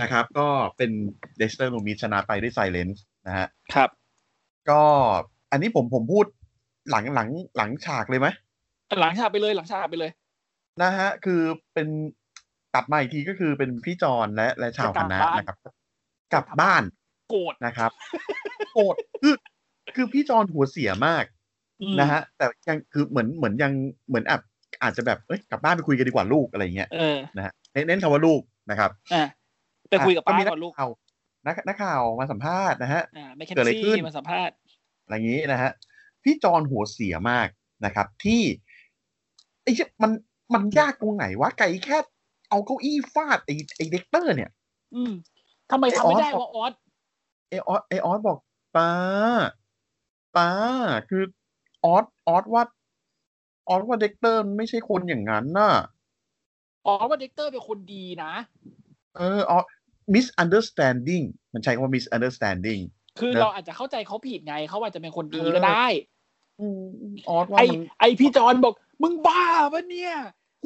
นะครับ ก็เป็นเดสเตอร์ลูมิชนะไปด้วยไซเลนส์นะฮะ ครับ ก็อันนี้ผมผมพูดหลังหลังหลังฉากเลยไหม หลังฉากไปเลยหลังฉากไปเลย นะฮะ คือเป็นตัดมาอีกทีก็คือเป็นพี่จอนและและชาวคณะนะครับ กลับบ้าน โกรธ นะครับ (laughs) โกรธคือคือพี่จอนหัวเสียมาก อืม นะฮะ แต่ยังคือเหมือนเหมือนยังเหมือนแบบอาจจะแบบเอ้ยกลับบ้านไปคุยกันดีกว่าลูกอะไรอย่างเงี้ย เออ นะฮะเน้นเน้นคำว่าลูกนะครับ อ่ะไปคุยกับ ะ ป้า มี ก่อนลูก ข่าวนักนักข่าวมาสัมภาษณ์นะฮะ อ่าไม่แค่ เกิดอะไรขึ้น ซี่มาสัมภาษณ์ อะไรอย่างงี้นะฮะพี่จอนหัวเสียมากนะครับ ที่ไอ้เชี่ยมันมันยากตรงไหนวะไก่แค่เอาเก้าอี้ฟาดไอ้ไอ้เด็กเตอร์เนี่ย อืมทำไม ไอ้ ทำอไม่อส ได้วะออส ไอออสไอออสบอกป้าป้าคือออสออสว่าออสว่าเด็กเตอร์มันไม่ใช่คนอย่างนั้นน่ะ ออสว่าเด็กเตอร์เป็นคนดีนะ เออออส misunderstanding มันใช้คำว่า misunderstanding คือ นะ เราอาจจะเข้าใจเขาผิดไงเขาอาจจะเป็นคนดีก็ได้ อืมออสว่า ไอ มัน ไอพี่จอนบอก มึงบ้าปะเนี่ย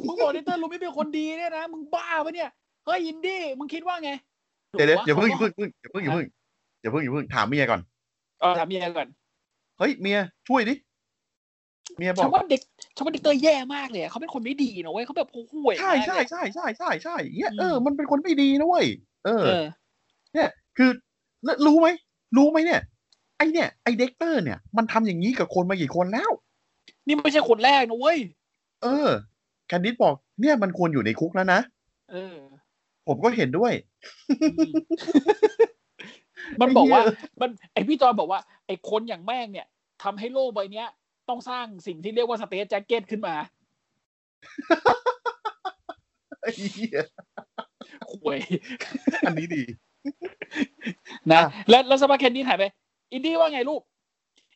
มึงบอกเดเตอร์ลูไม่เป็นคนดีเนี่ยนะ มึงบ้าปะเนี่ย เฮ้ยอินดี้มึงคิดว่าไง เดี๋ยวเดี๋ยว หรื อย่าเพิ่งอย่า ข เพิ่งอย่าเพิ่งอย่าเพิ่งอย่าเพิ่งอย่าเพิ่งถามเมียก่อน เอาถามเมียก่อน เฮ้ย เมียช่วยดิ เมียบอ ฉั ก นว่าเด็กฉันว่าเดเตอร์แย่มากเลยอะเขาเป็นคนไม่ดีนะเว้ยเขาแบบโอ้โหห่วย ใช่ มาก ใช่ เลย ใช่ใช่ใช่ใช่อย่างเงี้ย อืม เออมันเป็นคนไม่ดีนะเว้ยเออ เออ เนี่ยคือแล้วรู้ไหมรู้ไหมเนี่ย ไอเนี่ยไอเด็กเตอร์เนี่ยมันทำอย่างนี้กับคนมากี่คนแล้ว นี่ไม่ใช่คนแรกนะเว้ย เออแคนดิดบอกเนี่ยมันควรอยู่ในคุกแล้วนะ เออ ผมก็เห็นด้วย (laughs) มันบอกว่า ไอ้เหี้ย มันไอพี่จอนบอกว่า ไอคนอย่างแม่งเนี่ยทำให้โลกใบเนี้ย ต้องสร้างสิ่งที่เรียกว่าสเตทแจ็คเก็ตขึ้นมา ไอ้เหี้ย ห่วย อันนี้ดี นะแล้วแล้วสปาเคนดี้ถ่ายไป อินดี้ว่าไงลูก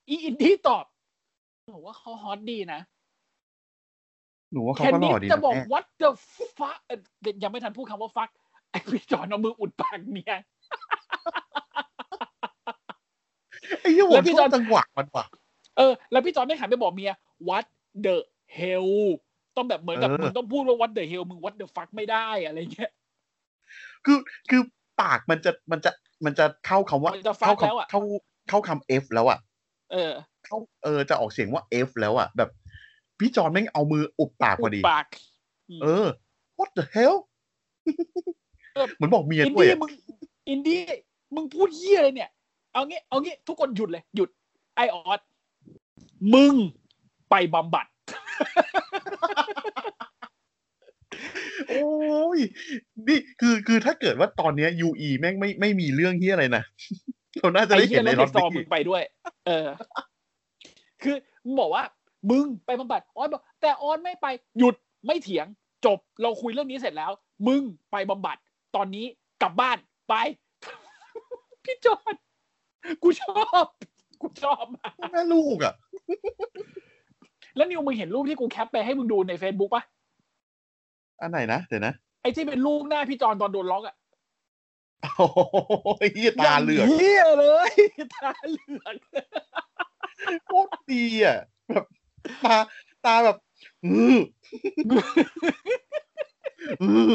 อีอินดี้ตอบบอกว่าเขาฮอตดีนะ หนูว่าเขา แคน ก็ห ดี้ ล่อดี จะ นะ บอก แม่ what the fuck เอ่อยังไม่ทันพูดคำว่า fuck ไอพี่จอนเอามืออุดปากเมีย ไอ้เหี้ยผ แล้ ม วพี่ ช จ อ อบ น จังหวะมันว่ะ เออแล้วพี่จอนไม่หันไปบอกเมีย what the hell ต้องแบบเหมือนกับ เออ มึงต้องพูดว่า what the hell มึง what the fuck ไม่ได้อะไรเงี้ย คือคือปากมันจะมันจะมันจะเข้าคำว่า มันจะฟัง เข้า แล้วอะ คำเข้าเข้าคำ F แล้วอ่ะ เออ เข้าเออจะออกเสียงว่า F แล้วอ่ะ แบบ พี่จอนแม่งเอามืออุบปากพ อุ อ ด ดี ปาก เออ what the hell (laughs) เออ เหมือนบอกเมีย อิน ด้วย ดี้ อะ มึงอินดี้มึงพูดเยี่ยอะไรเนี่ย เอางี้ เอางี้ ทุกคนหยุดเลย หยุดไอออสมึงไปบำบัด โอ้ยนี่คือคือถ้าเกิดว่าตอนเนี้ย UE แม่งไม่ไม่มีเรื่องเฮียอะไร (laughs) นะ เราน่าจะ ไอ ได้ เยี่ เห็ ย น แล้ ใน ว รถเด็กซอมมึ นี้ งไปด้วย เอ (laughs) อ คือมึงบอกว่า มึงไปบำบัดออสบอกแต่ออสไม่ไปหยุดไม่เถียง จบเราคุยเรื่องนี้เสร็จแล้ว มึงไปบำบัด ตอนนี้กลับบ้านไป (laughs) พี่จอนกูชอบกูชอบมาก แม่ลูกอ่ะ แล้วนิวมึงเห็นรูปที่กูแคปไปให้มึงดูใน Facebook ปะ อันไหนนะเดี๋ยวนะ (laughs) ไอ้ที่เป็นรูปหน้าพี่จอนตอนโดนล็อกอะ โอ้ยเหี้ยตาเหลือก ย่างเหี้ยเลย (laughs) ตาเหลือก โคตรดีอ่ะแบบตาตาแบบ (laughs) อืออือ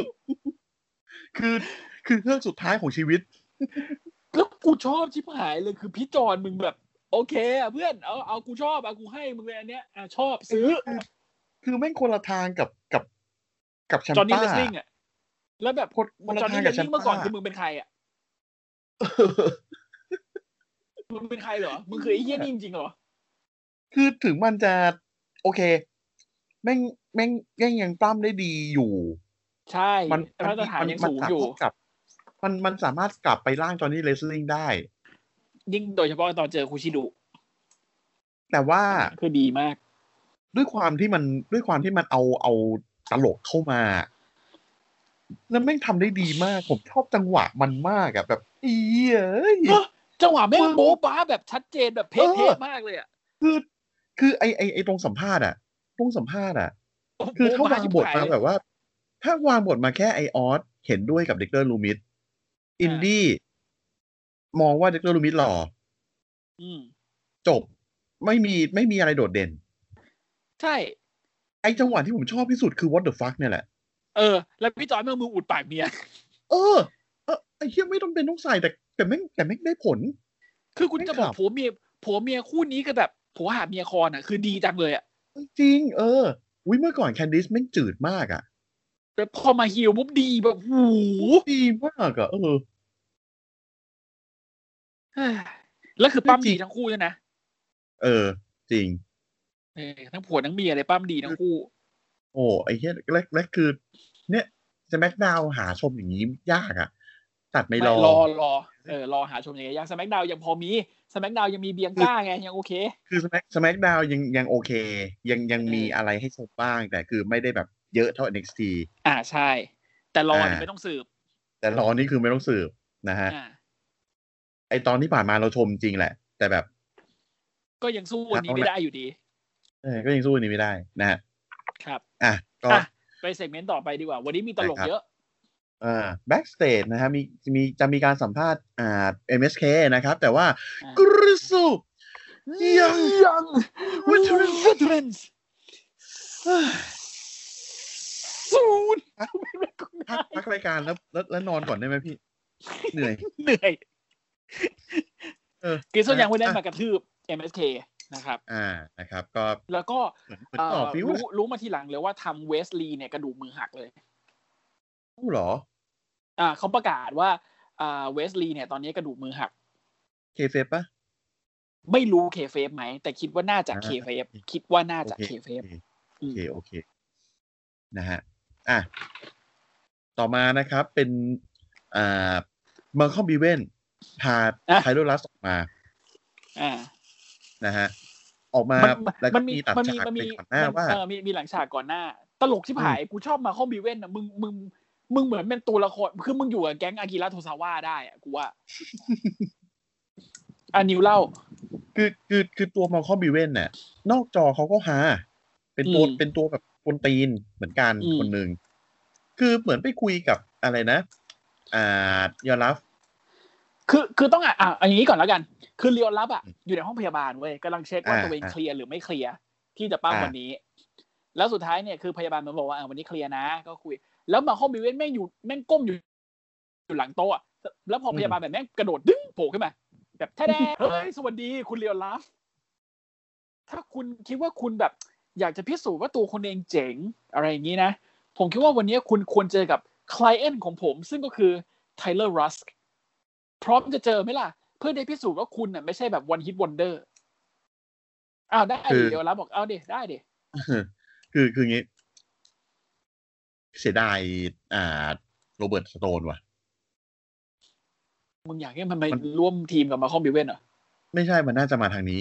คือคือเรื่องสุดท้ายของชีวิต แล้วกูชอบชิบหายเลยคือพี่จอนมึงแบบ โอเคอะเพื่อนเอาเอากูชอบเอากูให้มึงเลยอันเนี้ยอ่ะชอบซื้อ คือแม่งคนละทางกับกับกับแชม จอนนี่ ป้า เลสลิงอะแล้วแบบ คนคนละ จอนนี่ ทาง เล กับ ส แช ลิ มป้างเมื่อก่อนคือมึงเป็นใครอะมึงเป็นใครเหรอมึงคือไอ้เหี้ยนี่จริงๆเหรอ คือถึงมันจะ โอเค แม่งแม่งแม่งยังปล้ำได้ดีอยู่ ใช่ มัน มาตรฐานยังสูงอยู่ มันสามารถกลับ มันมันสามารถกลับไปร่างจอห์นนี่เลสลิงได้ ยิ่งโดยเฉพาะตอนเจอคูชิดุ แต่ว่า คือดีมาก ด้วยความที่มันด้วยความที่มันเอาเอาตลกเข้ามา แล้วแม่งทำได้ดีมาก ผมชอบจังหวะมันมากอะแบบเอี้ยเอ้ย จังหวะแม่งโบ๊ะบ้าแบบชัดเจนแบบเ เอ พ่ อ ๆมากเลยอะ คือคือไอไอไอตรงสัมภาษณ์อะตรงสัมภาษณ์อะ คือถ้าวางบทมาแบบว่า ถ้าวางบทมาแค่ไอออสเห็นด้วยกับเด็กเตอร์ลูมิสอินดี้มองว่าเด็กเตอร์ลูมิสหล่อ อืม จบ ไม่มีไม่มีอะไรโดดเด่น ใช่ ไอจังหวะที่ผมชอบที่สุดคือ what the fuck เนี่ยแหละ เออ แล้วพี่จอยแม่งมืออุดปากเมีย เออเออไอเฮียไม่ต้องเป็นต้องใส่แต่แต่แม่งแต่แม่งได้ผล คือคุณจะบอก ไม่ครับ ผัวเมียผัวเมียคู่นี้ก็แบบผัวหาเมียคอนอ่ะ คือดีจังเลยอ่ะ จริง เอออุ้ยเมื่อก่อนแคนดิสแม่งจืดมากอะ แต่พอมาฮิลปุ๊บดีแบบหู (sighs) ดีมากอะเออ เฮ้ยแล้วคือปั้ม จริ ดี ง ทั้งคู่ด้วยนะ เออ จริง เออทั้งผัวทั้งเมียเลยปั้มดีทั้งคู่ โอ้ไอเฮียแรกแรกคือ เนี่ยจะแม็กดาวหาชมอย่างนี้ยากอะตัดไม่รอ ไม่รอรอเออรอหาชมอย่างไงยังสแมกดาวยังพอมีสแมกดาวยังมีเบียงก้าไงยังโอเค คือสแม d สแมกดาวยังยังโอเค ยังยัง เออ มีอะไรให้ชมบ้าง แต่คือไม่ได้แบบเยอะเท่า NXT อ่าใช่ แต่รอเนี่ย อ่า ไม่ต้องสืบ แต่รอนี่คือไม่ต้องสืบนะฮะ อ่า ไอตอนที่ผ่านมาเราชมจริงแหละ แต่แบบ ก็ยังสู้อันนี้ไม่ได้อยู่ดี เออก็ยังสู้อันนี้ไม่ได้นะฮะ ครับ อ่ะ ก็ อ่ะไปเซกเมนต์ต่อไปดีกว่า วันนี้มีตลก ได้ครับ เยอะ เอ่อแบ็กสเตจนะฮะมีมีจะมีการสัมภาษณ์อ่า MSK นะครับ แต่ว่า อ่ะ กริสุยัง young veteran veterans (laughs) soon พักพักรายการแล้วแล้วแล้วนอนก่อนได้ไหมพี่ เหนื่อย เหนื่อย เออ กริซโซยังไม่ได้มากระทืบ MSK นะครับ อ่านะครับ ก็ แล้วก็ เหมือนเหมือน เอ่อ ต่อฟิว รู้รู้มาทีหลังเลยว่าทำเวสลีย์เนี่ยกระดูกมือหักเลย รู้เหรอ อ่าเขาประกาศว่าอ่าเวสลีย์เนี่ยตอนนี้กระดูกมือหัก เคเฟปะ ไม่รู้เคเฟฟไหม แต่คิดว่าน่าจะ อ่า เคเฟฟคิดว่าน่าจะ โอ เค เค เฟฟ โอเค โอเค นะฮะ อ่ะ ต่อมานะครับ เป็นอ่าเมอร์คอมบีเวนพา อ่ะ ไทโรลัสออกมา อ่า นะฮะ ออกมาม น แล้ว มั ก็ นมี มีตัด มัน ฉากในมีมันมี ก่อนหน้าว่า เออมีมีหลังฉากก่อนหน้า ตลกที่ผายกูชอบมาคอมบิเว่นนะมึงมึงมึงเหมือนเป็นตัวละครคือมึงอยู่กับแก๊งอากิระโทซาวะได้อะกู (laughs) ว่าอันนิวเล่า คือคือคือตัวมาคอมบิเวนเนี่ยนอกจอเขาก็หา เป็นตัว อืม เป็นตัวแบบคนตีนเหมือนกัน อืม คนหนึ่งคือเหมือนไปคุยกับอะไรนะ อ่ายอรัฟ คือคือต้องอ่ะอ่ะอันนี้ก่อนแล้วกัน คือเรียวรับอ่ะ อืม อยู่ในห้องพยาบาลเว้ยกำลังเช็คว่า อ่า ตัวเอง อ่า เคลียร์หรือไม่เคลียร์ที่จะป้าม อ่า วันนี้ แล้วสุดท้ายเนี่ยคือพยาบาลมันบอกว่าอ่ะวันนี้เคลียร์นะ ก็คุย แล้วมาคอมบิเว่นแม่งอยู่แม่งก้มอยู่ อยู่หลังโต๊ะอะแล้วพอพยาบาลแบบแม่งกระโดดดึงโผล่ขึ้นมา แบบแท้ๆเฮ้ยสวัสดีคุณเรียวรับถ้าคุณคิดว่าคุณแบบ อยากจะพิสูจน์ว่าตัวคุณเองเจ๋งอะไรอย่างนี้นะ ผมคิดว่าวันนี้คุณควรเจอกับคลเอนของผม ซึ่งก็คือไทเลอร์รัสพร้อมจะเจอไหมล่ะ เพื่อได้พิสูจน์ว่าคุณน่ะไม่ใช่แบบวันฮิตวันเดอร์อ้าวได้ คื ดิ อ เดี๋ยวรับบอกเอาดิได้ดิ คือคืองี้ เสียดายอ่าโรเบิร์ตสโตนว่ะ มึงอยากให้มันไป มัน ร่วมทีมกับมาคอมบิเวนเหรอ ไม่ใช่มันน่าจะมาทางนี้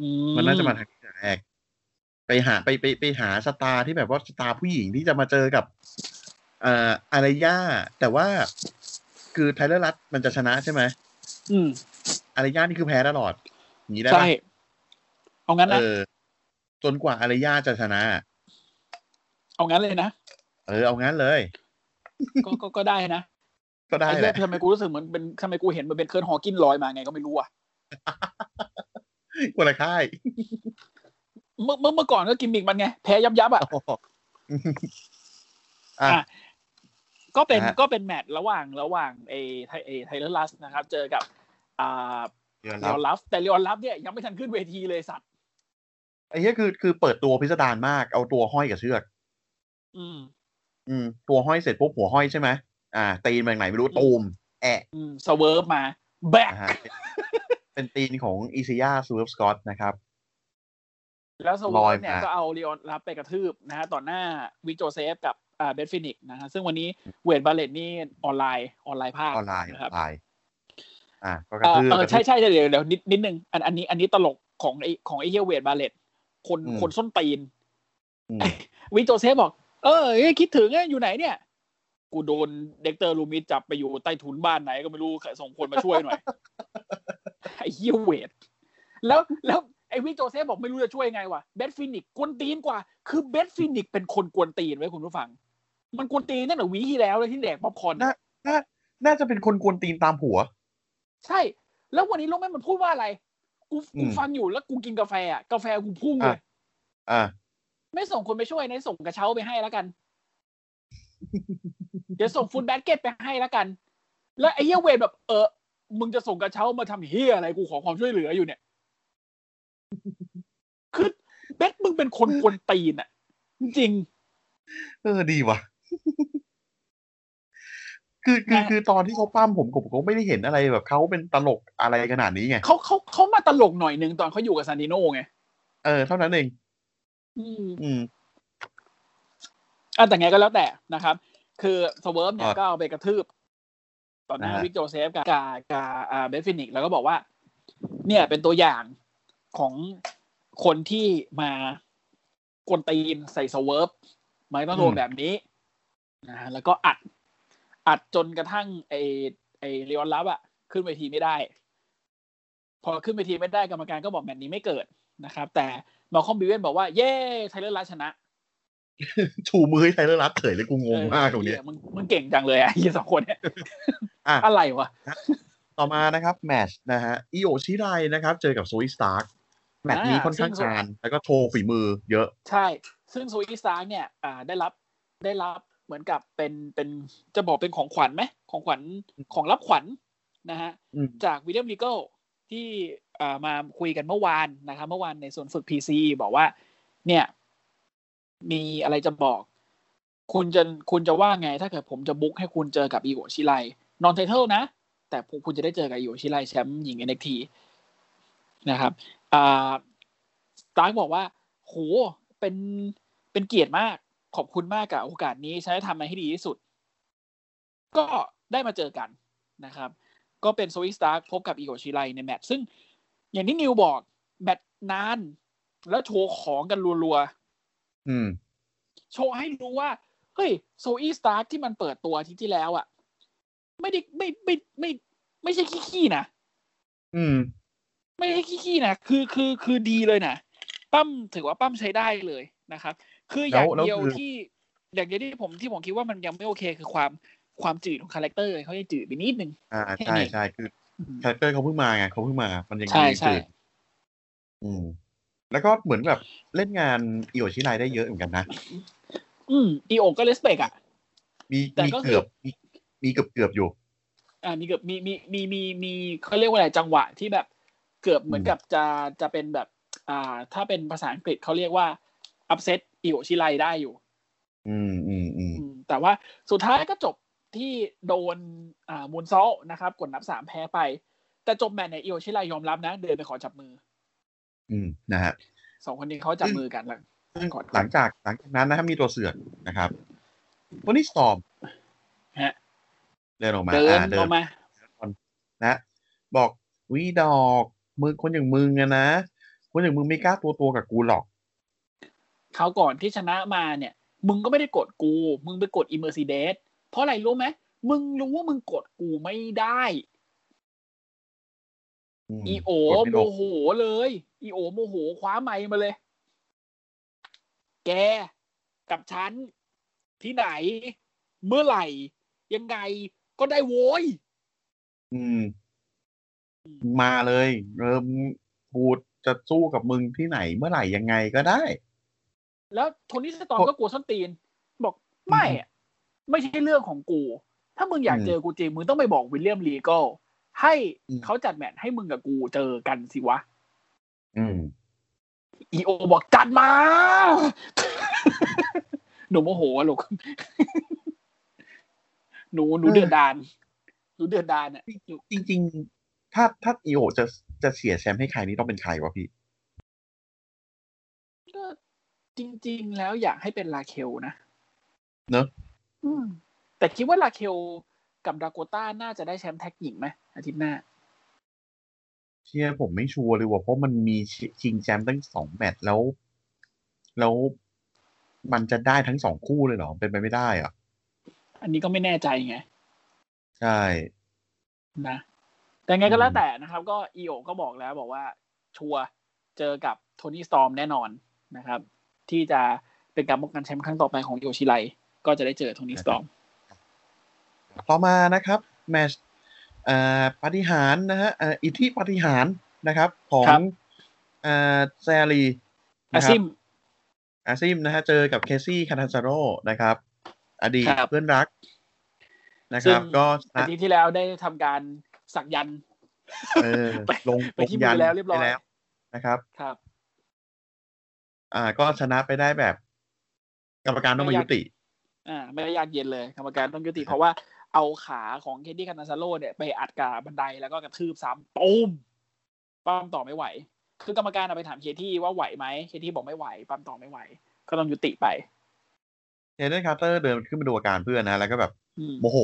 อื มันน่าจะมาทางนี้แต่แรกไปหาไปไปไปหาสตาร์ที่แบบว่าสตาร์ผู้หญิงที่จะมาเจอกับเอ่ออารยาแต่ว่าคือไทเลอร์รัตมันจะชนะใช่ไหม อืม อารยานี่คือแพ้ตลอดอย่างนี้ได้ปะ ใช่เอางั้น เอ นะ อจนกว่าอารยาจะชนะ เอางั้นเลยนะ เออเอางั้นเลย ก็ก็ก็ได้นะ ก็ได้ ไอ้ แห เหี้ย ละ ทำไมกูรู้สึกเหมือนเป็นทำไมกูเห็นเหมันเป็นเคิร์นฮอว์กินลอยมาไงก็ไม่รู้อ่ะ คนละค่าย เมื่อเมื่อเมื่อก่อนก็กิมมิกมันไง แพ้ยับยับอ่ะ อ่ะ อ่ะ ก็เป็น นะฮะ ก็เป็นแมตช์ระหว่างระหว่างเอไทเอไทเลอร์ลัสนะครับ เจอกับอ่า เดี๋ยว เเราลียวลัฟแต่เลียวลัฟเนี่ยยังไม่ทันขึ้นเวทีเลยสัตว์ ไอ้เนี้ยคือคือเปิดตัวพิสดารมาก เอาตัวห้อยกับเชือก อืม อืม ตัวห้อยเสร็จปุ๊บหัวห้อยใช่ไหมอ่า ตีนมาจากไหนไม่รู้ตูมแอะ อืมสเวิร์ฟมา แบก นะฮะเป็นตีนของอีซิยาซูเวฟสกอตนะครับ แล้วสเวิร์ฟเนี่ลอยยมา ก็เอาเลียวลัฟไปกระทืบนะฮะต่อหน้าวิกโจเซฟกับอ่าเบนฟินิกนะฮะซึ่งวันนี้เวทบาเลตนี่ออนไลน์ออนไลน์ภาค ออนไลน์อ นะค อ รับ นไลน์อ่ะก็ก เอ ระ อ ทืบ เออก ระทืบ ใช่ใช่เดี๋ยวเดี๋ยวเดี๋ยวนิดนิดนึงอันอันนี้อันนี้ตลกของไอของไอเฮียเวทบาเลตคน อืม คนส้นตีน อืม วิกโจเซฟบอก เออเอ้ยคิดถึงอะอยู่ไหนเนี่ย กูโดนเด็กเตอร์ลูมิดจับไปอยู่ใต้ถุนบ้านไหนก็ไม่รู้ส่งคนมาช่วยหน่อย (laughs) ไอ้เฮียเวท แล้วแล้วไอ้วิกโจเซฟบอกไม่รู้จะช่วยไงวะเบสฟินิกกวนตีนกว่า คือเบสฟินิกเป็นคนกวนตีนไว้คุณผู้ฟัง มันกวนตีนตั้งแต่วีที่แล้วเลยที่แดกป๊อปคอร์น น่ะ น่าน่าจะเป็นคนกวนตีนตามผัว ใช่ แล้ววันนี้ลูกแม่มันพูดว่าอะไร กู อื กู ม ฟังอยู่แล้วกูกินกาแฟอะกาแฟกูพุ่งเลย อ่ะ ไม่ส่งคนไปช่วยนะส่งกระเช้าไปให้แล้วกัน (laughs) เดี๋ยวส่งฟูดแบสเก็ตไปให้แล้วกัน แล้วไอ้เหี้ยเวรแบบเออมึงจะส่งกระเช้ามาทำเฮียอะไรกูขอความช่วยเหลืออยู่เนี่ย คือเบสมึงเป็นคนกวนตีนอะจริง เออดีว่ะ (laughs) คือคือ นะ คือตอนที่เขาปั้มผมผมก็ไม่ได้เห็นอะไรแบบเขาเป็นตลกอะไรขนาดนี้ไง เขาเขาเขามาตลกหน่อยหนึ่งตอนเขาอยู่กับซานดิโน่ไง เออเท่านั้นเอง อืม อืม อ่ะแต่ไงก็แล้วแต่นะครับ คือสเวิร์ฟเนี่ย อ่ะ ก็เอาไปกระทืบตอนหน้า อ่า วิกโจเซฟกับกับกับอ่าเบสฟินิกซ์แล้วก็บอกว่า เนี่ยเป็นตัวอย่างของคนที่มากวนตีนใส่สเวิร์ฟไม่ต้องโดนแบบนี้นะฮะแล้วก็อัด อัดจนกระทั่งไอไอเลออนลับอะขึ้นเวทีไม่ได้ พอขึ้นเวทีไม่ได้กรรมการก็บอกแมตช์นี้ไม่เกิดนะครับ แต่มาคอมบิเวนบอกว่า เย้ไทเลอร์ลัชนะ ชูมือให้ไทเลอร์รัดเฉยเลยกูงงมากตรงเนี้ย เหี้ยมึงมึงเก่งจังเลยอะไอ้ส (laughs) องคนเนี่ย อ่ะ อะไรวะ ต่อมานะครับ แมตชนะฮะอิโอชิไรนะครับ เจอกับโซอิสตาร์แมตช์นี้ อ่า ค่อนข้าง ซึ่ง นานแล้วก็โชว์ฝีมือเยอะ ใช่ ซึ่งซูอิซางเนี่ยอ่าได้รับได้รับเหมือนกับเป็นเป็นจะบอกเป็นของขวัญไหมของขวัญของรับขวัญนะฮะ อืม จากวิลเลียมลีเกลที่อ่ามาคุยกันเมื่อวานนะครับเมื่อวานในส่วนฝึก PC บอกว่า เนี่ย มีอะไรจะบอก คุณจะคุณจะว่าไง ถ้าเกิดผมจะบุ๊กให้คุณเจอกับอีโกชิไลนอนไทเทลนะ แต่พวกคุณจะได้เจอกับอีโกชิไลแชมป์หญิง NXT นะครับอ่าสตาร์กบอกว่า โห เป็น เป็นเกียรติมาก ขอบคุณมากกับโอกาสนี้ฉันจะทำมันให้ดีที่สุด ก็ได้มาเจอกันนะครับ ก็เป็นโซอิสตาร์พบกับอีโกชิไลในแมตช์ซึ่ง อย่างที่นิวบอกแมตช์นาน แล้วโชว์ของกันรัว อืม ๆ โชว์ให้รู้ว่า เฮ้ยโซอีสตาร์ที่มันเปิดตัวอาทิตย์ที่แล้วอะไม่ได้ไม่ไม่ไม่ ไม่ใช่ขี้ๆนะ อืม ไม่ใช่ขี้ๆนะ คือคือคือดีเลยนะ ปั้มถือว่าปั้มใช้ได้เลยนะครับ คืออย่าง แล้วแล้ว เดียว คือ ที่อย่างเดียวที่ผมที่ผมคิดว่ามันยังไม่โอเค คือความความจืดของคาแรคเตอร์เขายังจืดไปนิดนึง อ่า แค่ ใช่ นี้ ใช่คือ อืม คาแรคเตอร์เขาเพิ่งมาไงเขาเพิ่งมา มันยัง ใช่ ยัง ใช่ จืดอืม แล้วก็เหมือนแบบเล่นงานอิโอชิไลได้เยอะเหมือนกันนะ อืมอีโองก็เลสเปกอ่ะ มี แต่ มี ก็คือ เกือบมีมีเกือบเกือบอยู่ อ่ามีเกือบมีมีมีมีมีเขาเรียกว่าอะไรจังหวะที่แบบเกือบเหมือนกับจะจะเป็นแบบ อ่า ถ้าเป็นภาษาอังกฤษเขาเรียกว่า อัพเซตอิโอชิไลได้อยู่ อืมอืมอืม อืมแต่ว่าสุดท้ายก็จบที่โดนอ่ามูนซอลนะครับ กดนับสามแพ้ไป แต่จบแมตช์เนี่ยอิโอชิไลยอมรับนะ เดินไปขอจับมือ อืมนะฮะ สองคนนี้เขาจับมือกันแล้ว ซึ่ง ก่อน หลังจากหลังจากนั้นนะครับมีตัวเสือกนะครับวันนี้สตอม ฮะ เดินออกมา เดิน อ่าเดิ อน อกมา นะบอกวิดอกมึงคนอย่างมึงอะนะคนอย่างมึงไม่กล้าตัวตัวกับกูหรอก เขาวก่อนที่ชนะมาเนี่ย มึงก็ไม่ได้กดกู มึงไปกดอีเมอร์ซีเดสเพราะอะไรรู้ไหมมึงรู้ว่ามึงกดกูไม่ได้ ม อีโอก ดไม่ลโมง โหเลยอีโอโมโหคว้าไมค์มาเลย แกกับฉันที่ไหน เมื่อไหร่ ยังไงก็ได้โวย อืม มาเลยเริ่มกูจะสู้กับมึงที่ไหนเมื่อไหร่ยังไงก็ได้ แล้วโทนี่สตอม ผม ก็กลัวส้นตีน บอกไม่อะไม่ใช่เรื่องของกู ถ้ามึงอยาก อืม เจอกูจริงมึงต้องไปบอกวิลเลียมลีโก้ให้ อืม เขาจัดแมทให้มึงกับกูเจอกันสิวะ อืม อีโอบอกจัดมา (laughs) หนูโมโหอะลูก หนูหนู เออ เดือดดานหนูเดือดดานอ่ะ จริง ๆ ถ้าถ้าอีโอจะจะเสียแชมป์ให้ใครนี่ต้องเป็นใครวะพี่ ก็จริง ๆ แล้วอยากให้เป็นลาเคลนะ เนอะ อืม แต่คิดว่าลาเคลกับดาโกต้าน่าจะได้แชมป์แท็กหญิงไหมอาทิตย์หน้า เชียผมไม่ชัวร์เลยว่ะเพราะมันมีชิงแชมป์ตั้งสองแมตช์แล้ว แล้วมันจะได้ทั้งสองคู่เลยเหรอ เป็นไปไม่ได้อ่ะ อันนี้ก็ไม่แน่ใจไง ใช่ นะ แต่ไงก็แล้ว อืม แต่นะครับ ก็อีโอก็บอกแล้วบอกว่าชัวร์เจอกับโทนี่สตอมแน่นอนนะครับ ที่จะเป็นการป้องกันแชมป์ครั้งต่อไปของโยชิไลก็จะได้เจอโทนี่สตอม ต่อมานะครับ แมตช์เอ่อปาฏิหารย์นะฮะเอ่ออิทธิปาฏิหารย์นะครับ ของเอ่อแซรี อา นะครั ซิ บ ม อาซิมนะฮะเจอกับเคซี่คาทันซาโร่นะครับ อดีต ครับ เพื่อนรัก นะครับ ซึ่ง ก็ช อา นะ ทิตย์ที่แล้วได้ทำการสักยันต์ เออ (laughs) ไป ลง ไปที่มือแล้วเรียบร้อย ไปแล้วนะครับ ครับ อ่าก็ชนะไปได้แบบ กรรมการต้องมายุติ อ่าไม่ได้ยากเย็นเลยกรรมการต้องยุติเพราะว่าเอาขาของเคนดี้คานาซาโร่เนี่ยไปอัดกับบันไดแล้วก็กระทืบซ้ำตูมปั้มต่อไม่ไหว คือกรรมการเอาไปถามเคที่ว่าไหวไหมเคที่บอกไม่ไหวปั้มต่อไม่ไหว ก็ต้องยุติไป เฮเดนคาร์เตอร์เดินขึ้นมาดูอาการเพื่อนนะ แล้วก็แบบ อืม โมโห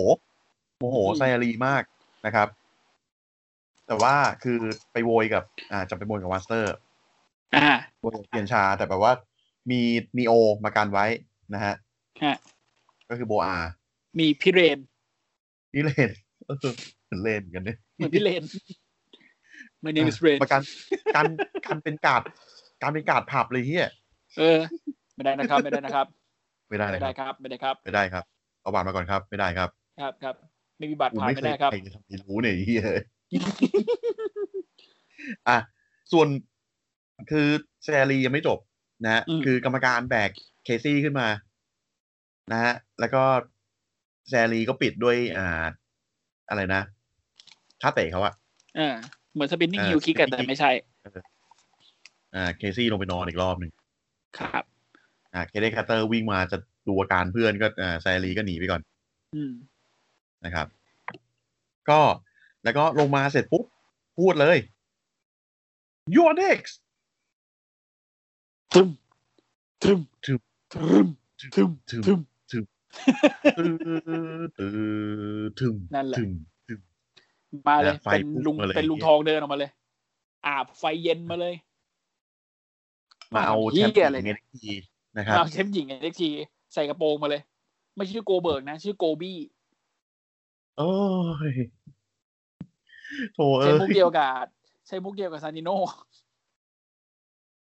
โมโห อืม ไซอารีมากนะครับ แต่ว่าคือไปโวยกับ อ่าจะไปโวยกับวัสเตอร์ อ่า โวยกับเปลี่ยนชา แต่แบบว่ามีนีโอมาการไว้นะฮะ ฮะ ก็คือโบอา มีพี่เรน นี่เลนเออเหมือนเลนเหมือนกันเนี่ย เหมือนพี่เรน My name is Rain มาการการการเป็นการดการเป็นการดผับเลยเฮีย เออ ไม่ได้นะครับ ไม่ได้นะครับ ไม่ได้ ไม่ นะค ได้ รับ ครับ ไม่ได้ครับ ไม่ได้ครับ เอาบาดมาก่อนครับ ไม่ได้ครับ ครับครับไม่มีบัตร กู ผ่าน ไม่ ไม่ เคย ได้ครับ ใครจะทำให้รู้เนี่ยไอ้เฮีย (laughs) อ่ะส่วนคือแซรียังไม่จบนะฮะ อืม คือกรรมการแบกเคซี่ขึ้นมานะฮะแล้วก็แซรีก็ปิดด้วยอ่า อะไรนะท่าเตะเขาอะ เออเหมือนสปินนิ่งฮิวคิกกันแต่ไม่ใช่ อ่าเคซี่ลงไปนอนอีกรอบหนึ่ง ครับ อ่าเคเดคาเตอร์วิ่งมาจะดูอาการเพื่อนก็อ่าแซรีก็หนีไปก่อน อืม นะครับ ก็แล้วก็ลงมาเสร็จปุ๊บ พูดเลย your next ตึมตึม ตึม ตึม ท ทึม ถึง ทึม ตื้อตื้อถึง นั่นแหละ ถึง มาเลย นะไฟ เป็น พุ่ง ลุง มาเลย เป็นลุงทองเดินออกมาเลย อาบไฟเย็นมาเลย มาเอา เหี้ แช ย มป์ เลย เอ เนี่ย นทีนะครับ เอาเชฟหญิงเล็กทีใส่กระโปรงมาเลย ไม่ชื่อโกเบิร์กนะ ชื่อโกบี้ โอ้ยโถเอ้ ใช้มุก ย เดียวกับใช้มุกเดียวกับซานิโน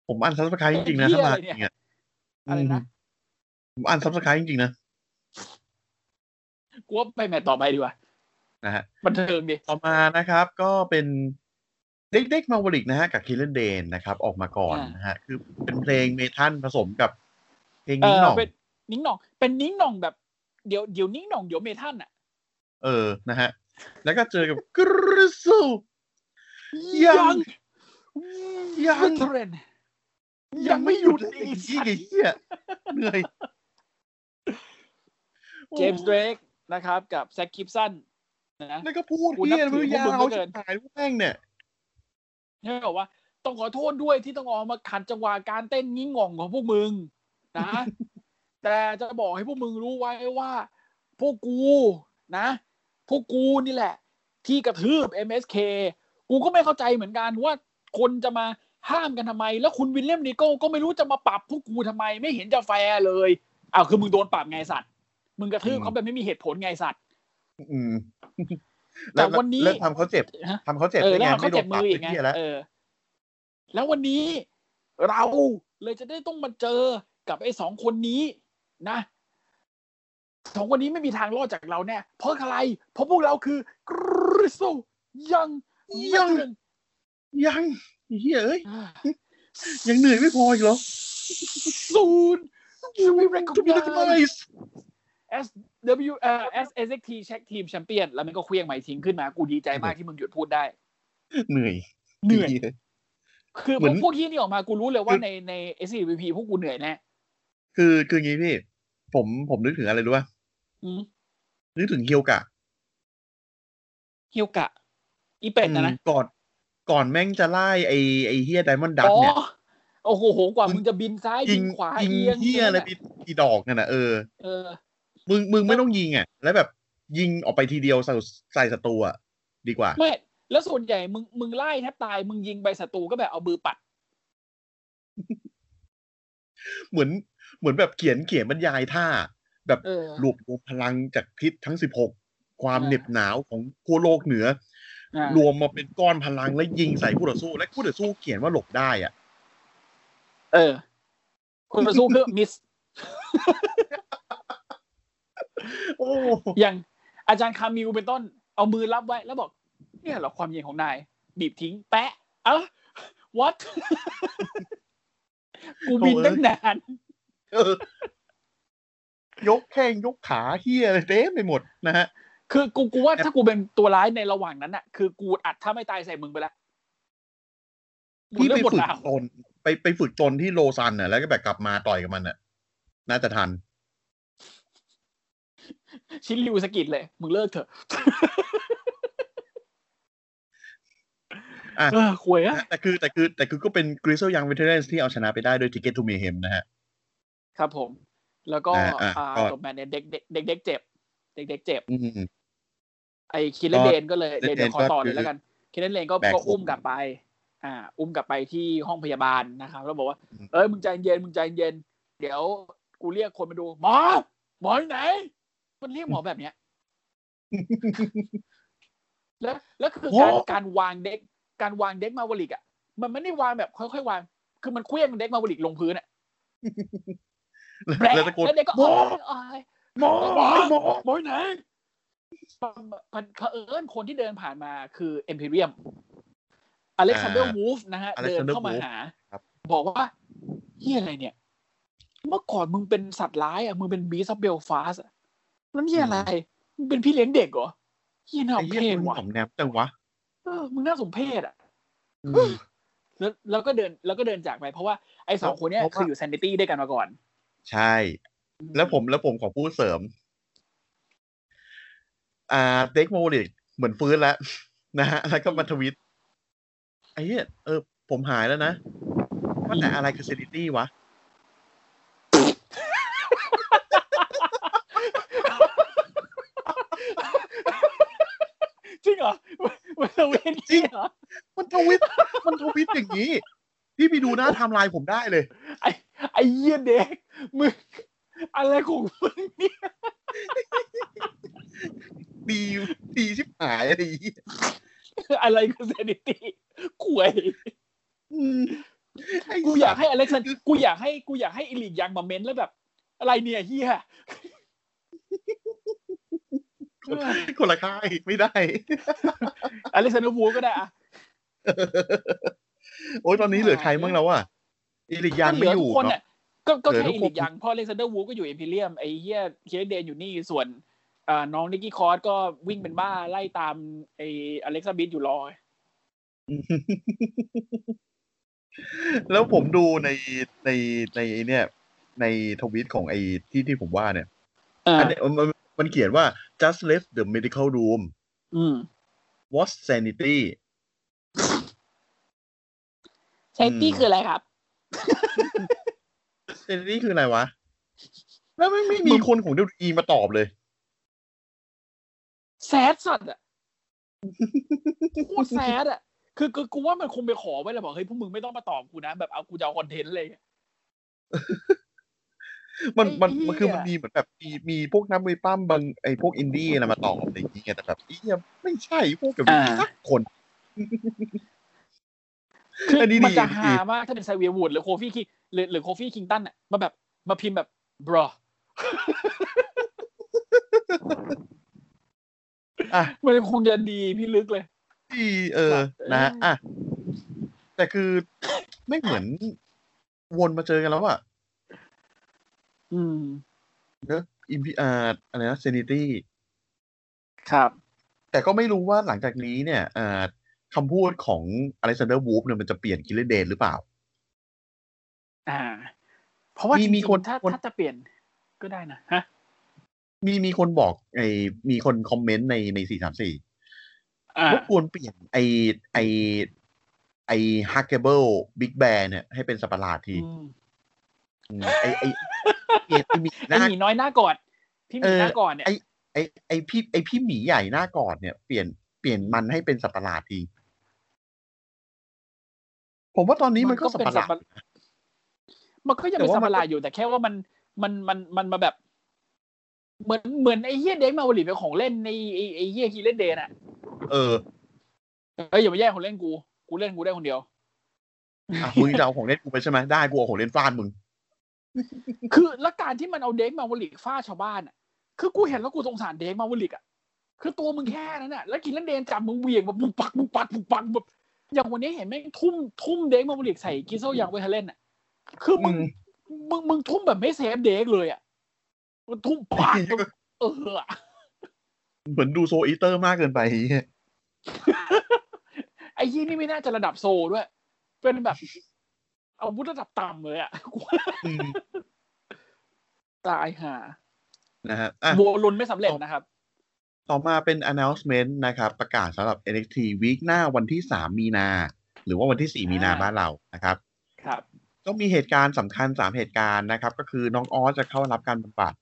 ผมอ่านซับสไครต์จริงๆนะ เหี้ ถ้าย มา อะไร จ เนี่ริยงๆอ่ะ อะไรนะ ผมอ่านซับสไครต์จริงๆนะ กูว่าไปแมตต์ต่อไปดีกว่า นะฮะ บันเทิงดิ ต่อมานะครับก็เป็นเด็กๆมาวริกนะฮะกับคิลเลนเดนนะครับ ออกมาก่อนนะฮะ คือเป็นเพลงเมทัลผสมกับเพลง เอ นิ้ง อ หน่อง เป็นนิ้งหน่อง เป็นนิ้งหน่องแบบเดี๋ยวเดี๋ยวนิ้งหน่องเดี๋ยวเมทัลอ่ะ เออนะฮะ แล้วก็เจอกับกริสซูยัง ยัง เทรน ยังไม่หยุด ยังไม่หยุด อีกที่ไอ้เหี้ยเหนื่อย เจมส์เดรกนะครับ กับแซคคิปสันนะ แล้วก็พูด กูนับ เหี้ยไม่ถือ รู้ยา พวกมึงเหวลือเกิ ชิ น บหายแม่งเนี่ย ใช่ไหมบอกว่าต้องขอโทษด้วยที่ต้องออกมาขัดจังหวะการเต้นงิ้งง่องของพวกมึง นะ แต่จะบอกให้พวกมึงรู้ไว้ว่า พวกกูนะ พวกกูนี่แหละ ที่กระทืบ MSK กูก็ไม่เข้าใจเหมือนกันว่าคนจะมาห้ามกันทำไม แล้วคุณวิลเลียมนิโก้ก็ไม่รู้จะมาปรับพวกกูทำไมไม่เห็นจะแฟร์เลยอ้าวคือมึงโดนปรับไงสัตว์มึงกระทืบ อืม เขาแบบไม่มีเหตุผลไงสัตว์ อืม แต่วันนี้ เริ่มทำเขาเจ็บ ฮะ ทำเขาเจ็บ เออ ได้ แล้ว ไง เขา ไม่โด เจ็ น บ ป มื รับ ออี ไอ้ กไง เหี้ยแล้ว เออ แล้ววันนี้เราเลยจะได้ต้องมาเจอกับไอ้สองคนนี้นะสองคนนี้ไม่มีทางรอดจากเราแน่เพราะอะไร เพราะพวกเราคือกริสโซยัง ยัง ยังไอ้เหี้ยเอ้ย ยังเหนื่อยไม่พออีกเหรอ ศูนย์จะไม่แรง จะมี กั ได้ไหม น S W เอ่อ S S X T เช็คทีมแชมเปี้ยนแล้วมันก็เคลี้ยงไม้ทิ้งขึ้นมา กูดีใจมากที่มึงหยุดพูดได้ เหนื่อย เหนื่อย คือ เห พ มื อ อน พวกที่นี่ออกมากูรู้เลยว่าในใน S C V P พวกกูเหนื่อยแน่ คือคืออย่างงี้พี่ ผมผมนึกถึงอะไรรู้ป่ะ อืม นึกถึงเคียวกะ ฮิวกะ อีเป็ดนะ อืม นะ ก่อน ก่อนแม่งจะไล่ไอไอเฮียไดมอนด์ดัก อ๋อ เนี่ย โอ้โหโหกว่ามึงจะบินซ้าย ยิ บิ ง นขวา ยิง เอียง เฮียอะไรไปกี่ดอกนั่นน่ะเออ เออ มึงมึงไม่ต้องยิงอ่ะ แล้วแบบยิงออกไปทีเดียวใส่ใส่ศัตรูอ่ะดีกว่า ไม่ แล้วส่วนใหญ่มึงมึงไล่แทบตาย มึงยิงไปศัตรูก็แบบเอามือปัด เหมือนเหมือนแบบเขียนเขียนบรรยายท่า แบบ เออ รวบรวมพลังจากทิศทั้งสิบหกความ อ่า เหน็บหนาวของขั้วโลกเหนือ อ่าร วมมาเป็นก้อนพลังและยิงใส่ผู้ต่อสู้ และผู้ต่อสู้เขียนว่าหลบได้อ่ะ เออ คนมาสู้คือ (laughs) มิส โอ้ อย่างอาจารย์คามิวเป็นต้น เอามือรับไว้แล้วบอก เนี่ยเหรอความเย็นของนาย บีบทิ้งแปะเอ้า what (laughs) กูบินตั้งนาน เออยกแข้งยกขาเฮียอะไรเต็มไปหมดนะฮะ คือกูกูว่าถ้ากูเป็นตัวร้ายในระหว่างนั้นน่ะ คือกูอัดถ้าไม่ตายใส่มึงไปละมึง พี่ เริ่ ไป มหมด ฝึก ดาว ตนไปไปฝึกตนที่โลซันน่ะ แล้วก็แบบกลับมาต่อยกับมันน่ะ น่าจะทัน ชิลิวสะกิดเลย มึงเลิกเถอะ อ่ะ เออควยอะ (laughs) แต่คือแต่คือแต่คือก็เป็นกริซเซลยังเวเทเรนที่เอาชนะไปได้โดย Ticket to Mayhem นะฮะ ครับผม แล้วก็ อ่ะอ่ะ อ่า ก็ จบแมนเนี่ยเด็กเด็กเด็กเด็กเจ็บ เด็กเด็กเจ็บ อืม ไอ้คิลก็เลนเดนก็เลยเดนเดี๋ยวขอต่อ ก็คือ เลยแล้วกันคิลเลนเดนก็ แบก ก็ ศพ อุ้มกลับไป อ่า อุ้มกลับไปที่ห้องพยาบาลนะครับ แล้วบอกว่า อืม เอ้ยมึงใจเย็นมึงใจเย็น เดี๋ยวกูเรียกคนมาดูหมอหมออยู่ไหน มันเรียกหมอแบบเนี้ (laughs) ย แล้วแล้วคือการ โอ้ การวางเด็ก การวางเด็กมาวลิกอ่ะ มันไม่ได้วางแบบค่อยๆวาง คือมันเคลี้ยงเด็กมาวลิกลงพื้นอ่ะ แล้ว แปะ แล้วตะโกน แล้วเด็กก็ หมอ อ้อย หมอหมอหมอ หมอไหนมันเผอิญคนที่เดินผ่านมาคือเอ็มพ r เรียม อเล็กซานเดอร์วูฟนะฮะ เดิน Alexander เข้ามา Wolf หา ครับ บอกว่าเฮียอะไรเนี่ย เมื่อก่อนมึงเป็นสัตว์ร้ายอ่ะ มึงเป็นบีซับเบลฟาสนั่นเฮียอะไร มึงเป็นพี่เลี้ยงเด็กเหรอเฮียน่าส ไอ้ ม เฮีย เพศ คุณ ว่ะ สมแนบจังวะ เออมึงน่าสมเพศอ่ะ อืม แล้วแล้วก็เดินแล้วก็เดินจากไปเพราะว่าไอ้สองคนเนี้ย เพราะว่า คืออยู่ s ซนิตี้ด้วยกันมาก่อน ใช่ แล้วผมแล้วผมขอพูดเสริม อ่าเด็กโมลิกเหมือนฟื้นแล้ว นะฮะ แล้วก็มาทวิตไอ้เหี้ยเออ ผมหายแล้วนะว่าแต่อะไรคือเซนิตี้วะ (laughs) จริงเหรอ (laughs) มันทวิต จริง เหรอ มันทวิตมันทวิตอย่างนี้ พี่ไปดูหน้าไทม์ไลน์ผมได้เลย ไอ้ไอ้เยี่ยเด็กมึงอะไรของมึงเนี่ย ดีดีชิบหายอะไรอย่างงี้ อะไรกับเซนิตี้ขวย อืมไ กูอยากให้อเล็กซานกูอยากให้กูอยากให้อิลิกยังมาเม้นแล้วแบบ อะไรเนี่ยเฮีย คนละค่ายไม่ได้ (laughs) อเล็กซานเดอร์วูดก็ได้อะ โอ้ยตอนนี้เหลือใครบ้างแล้วอ่ะอิริกยันไม่อยู่ ก็เหลืทุกคน เนาะ น่ะก็ก็ เหลือ แค่ ทุกคอิน ลิกยังเพราะอเล็กซานเดอร์วูดก็อยู่เอ็มพีเรียมไอ้เฮียเคียร์เดนอยู่นี่ส่วนอ่าน้องนิกกี้คอสก็วิ่งเป็นบ้าไล่ตามไอ้อเล็กซาบิทอยู่รอ แล้วผมดูในในในไอ้เนี่ย ในทวิตของไอ้ที่ที่ผมว่าเนี่ย อ่า อันเนี้ยมันมันมันเขียนว่า just left the medical room อืม was sanity เซนตี้คืออะไรครับ sanity คืออะไรวะ แล้วไม่ไม่มีคนของเดลีมาตอบเลย แซดสัตว์ (laughs) อ่ะโคตรแซดอ่ะคือคือกูว่ามันคงไปขอไว้แหล้วบอกเฮ้ยพวกมึงไม่ต้องมาตอบกูนะ แบบเอากูจะเอาคอนเทนต์อะไรอย่างเลย มันมัน ไอ้เหี้ย มันคือมันมีเหมือนแบบมีมีพวกน้ำมือปั้มบางไอ้พวกอินดี้อะไรมาตอบอะไรอย่างเงี้ยแต่แบบเอี้ยไม่ใช่พวกกับสักคน คือ อันนี้ดี มันอัจะนนี้ หา ดี มากถ้าเป็นไซเวียร์วูดหรือโคฟี่คิงหรือหรือโคฟี่คิงตันอ่ะมาแบบมาพิมพ์แบบ bro (laughs) อ่ะ มันคงจะดีพี่ลึกเลย ที่เออ เออ นะฮะอ่ะ แต่คือ ไม่เหมือนวนมาเจอกันแล้วอะ อืม อิมพีอาร์อะไรนะเซนิตี้ ครับ แต่ก็ไม่รู้ว่าหลังจากนี้เนี่ยอ่าคำพูดของอ l ล x a ซ d เดอร์วูฟเนี่ยมันจะเปลี่ยนกิลเลเดนหรือเปล่า อ่า เพราะว่า มี จริงๆ มีคน ถ้า คน ถ้าจะเปลี่ยนก็ได้นะฮะ มีมีคนบอกไอ้มีคนคอมเมนต์ในในสี่สามสี่ อ่าร บกวนเปลี่ยนไอ้ไอ้ไอ้ฮักเกเบิลบิ๊กแบร์เนี่ย ให้เป็นสัตว์ประหลาดที อืม อืมไอ้ไอ้ไอ้ไอ้หมีห ไอ้ น้า หมีน้อยหน้ากอดพี่หมี เออ หน้ากอดเนี่ย ไอ้ ไอ้ไอ้พี่ไอ้พี่หมีใหญ่หน้ากอดเนี่ยเปลี่ยนเปลี่ยนมันให้เป็นสัตว์ประหลาดที ผมว่าตอนนี้มันก็สัตว์ประหลาด มันมันก็ยังเป็น แต่ สั ว่า บ มัน ประหลาดอยู่แต่แค่ว่ามันมันมันมันมาแบบ เหมือนเหมือนไอ้เฮียเด็กมาวลีเป็นของเล่นในไอ้ไอ้เฮียคิเลนเดนอ่ะ เออ เอ้ยอย่ามาแย่งของเล่นกู กูเล่นกูได้คนเดียว อ่ะมึงจะเอาของเล่นกูไปใช่ไหมได้กูเอาของเล่นฟาดมึง คือและการที่มันเอาเด็กมาวลิกฟาดชาวบ้านอ่ะ คือกูเห็นแล้วกูสงสารเด็กมาวลิกอ่ะ คือตัวมึงแค่นั้นน่ะ แล้วกินแล้วเดนจับมึงเหวี่ยงแบบมึงปักมึงปักมึงปักแบบอย่างวันนี้เห็นแม่งทุ่มทุ่มเด็กมาวลิกใส่กิโซอย่างเวทเล่นอ่ะ คือมึงมึงมึงทุ่มแบบไม่เซฟเด็กเลยอ่ะมันทุ่มปาก ไอ้เหี้ย เอออะ เหมือนดูโซอีเตอร์มากเกินไป (laughs) ไอ้เหี้ย ไอ้ยี่นี่ไม่น่าจะระดับโซด้วย เป็นแบบอาวุธระดับต่ำเลยอ่ะกู อืม ตายห่า นะฮะอ่ะ โวลุนไม่สำเร็จนะครับ ต่อมาเป็น announcement นะครับ ประกาศสำหรับ NXT วีคหน้าวันที่ 3 มีนา หรือว่าวันที่ 4 มีนา อ่า บ้านเรานะครับ ครับ ก็มีเหตุการณ์สำคัญ 3 เหตุการณ์นะครับ ก็คือน้องออสจะเข้ารับการบำบัด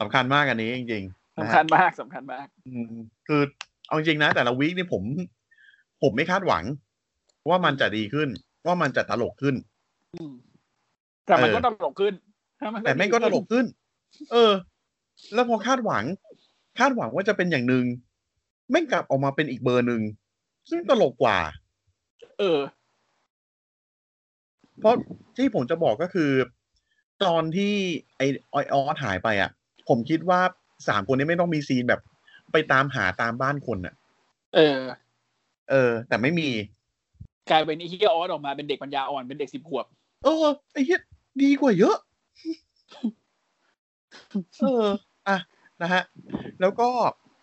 สำคัญมากอันนี้จริงๆนะ สำ ฮะ คัญมากสำคัญมาก อืมคือเอาจริงๆนะ แต่ละวีคนี่ผม ผมไม่คาดหวัง ว่ามันจะดีขึ้น ว่ามันจะตลกขึ้น อืมแต่มัน เออ ก็ตลกขึ้นถ้ามัน แต่แม่งก็ตลกขึ้น เออ แล้วพอคาดหวัง คาดหวังว่าจะเป็นอย่างหนึ่งแม่งกลับออกมาเป็นอีกเบอร์หนึ่งซึ่งตลกกว่า เออ เพราะที่ผมจะบอกก็คือ ตอนที่ไอ้ออยออสหายไปอ่ะ ผมคิดว่าสามคนนี้ไม่ต้องมีซีนแบบ ไปตามหาตามบ้านคนอ่ะ เออ เออ แต่ไม่มี กลายเป็นไอ้เฮียออสออกมาเป็นเด็กปัญญาอ่อนเป็นเด็กสิบขวบ เออไอ้เหี้ยดีกว่าเยอะ (laughs) เอออ่ะนะฮะ แล้วก็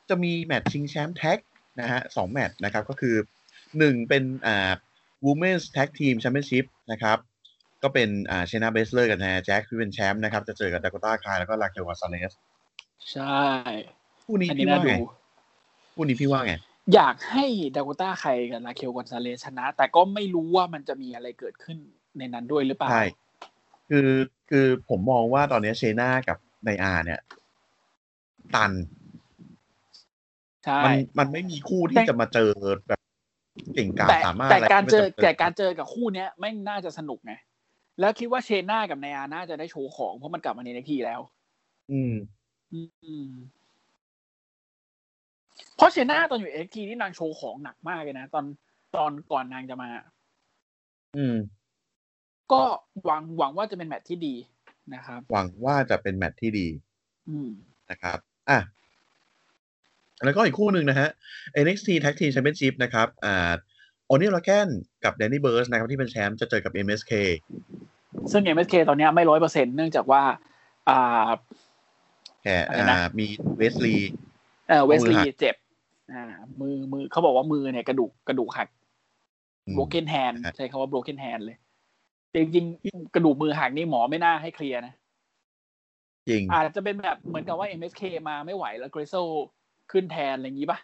จะมีแมตช์ชิงแชมป์แท็กนะฮะสองแมตช์นะครับ ก็คือหนึ่งเป็นอ่า Women's Tag Team Championship นะครับ ก็เป็นอ่าเชนาเบสเลอร์กับแนแจ็คที่เป็นแชมป์นะครับ จะเจอกับดาก o ต้าคายแล้วก็ลาเ e ลก n ซาเลส ใช่ คู่นี้ อันนี้ พี่ น่า ว่า ดู ไงคู่นี้พี่ว่าไง อยากให้ดาโกต้าใครกับลาเคลกอนซาเลสชนะ แต่ก็ไม่รู้ว่ามันจะมีอะไรเกิดขึ้นในนั้นด้วยหรือเปล่า ใช่ คือคือผมมองว่าตอนนี้เชน่ากับไนอาเนี่ย ตัน ใช่ มันมันไม่มีคู่ แต่ ที่จะมาเจอแบบเก่งกาจ แต่ สามารถ แต่ อะไร การเจอ มันะ แต่การเจอกับคู่เนี้ยแม่งน่าจะสนุกไงแล้วคิดว่าเชน่ากับไนอาน่าจะได้โชว์ของเพราะมันกลับมาในทีแล้ว อืม อืมเพราะเชน่าตอนอยู่เอ็กทีนี่นางโชว์ของหนักมากเลยนะตอนตอนก่อนนางจะมา อืม ก็หวังหวังว่าจะเป็นแมตช์ที่ดีนะครับ หวังว่าจะเป็นแมตช์ที่ดี อืม นะครับ อ่ะ แล้วก็อีกคู่หนึ่งนะฮะ NXT Tag Team Championship นะครับ อ่าโอนิลแกนกับแดนนี่เบิร์สนะครับที่เป็นแชมป์จะเจอกับ MSK ซึ่ง MSK ตอนเนี้ยไม่ร้อยเปอร์เซ็นต์เนื่องจากว่า อ่า แค่ อะไรนะ อ่ามีเวสลี เอ่อเวส มือ ลี หัก ย์เจ็บ อ่า มือมือเขาบอกว่ามือเนี่ยกระดูกกระดูกหัก broken hand นะฮะ ใช้คำว่า broken hand เลยแต่จริงๆกระดูกมือหักนี่หมอไม่น่าให้เคลียร์นะ จริง อาจจะเป็นแบบเหมือนกับว่า MSK มาไม่ไหวแล้วเกรโซขึ้นแทนอะไรอย่างนี้ป่ะ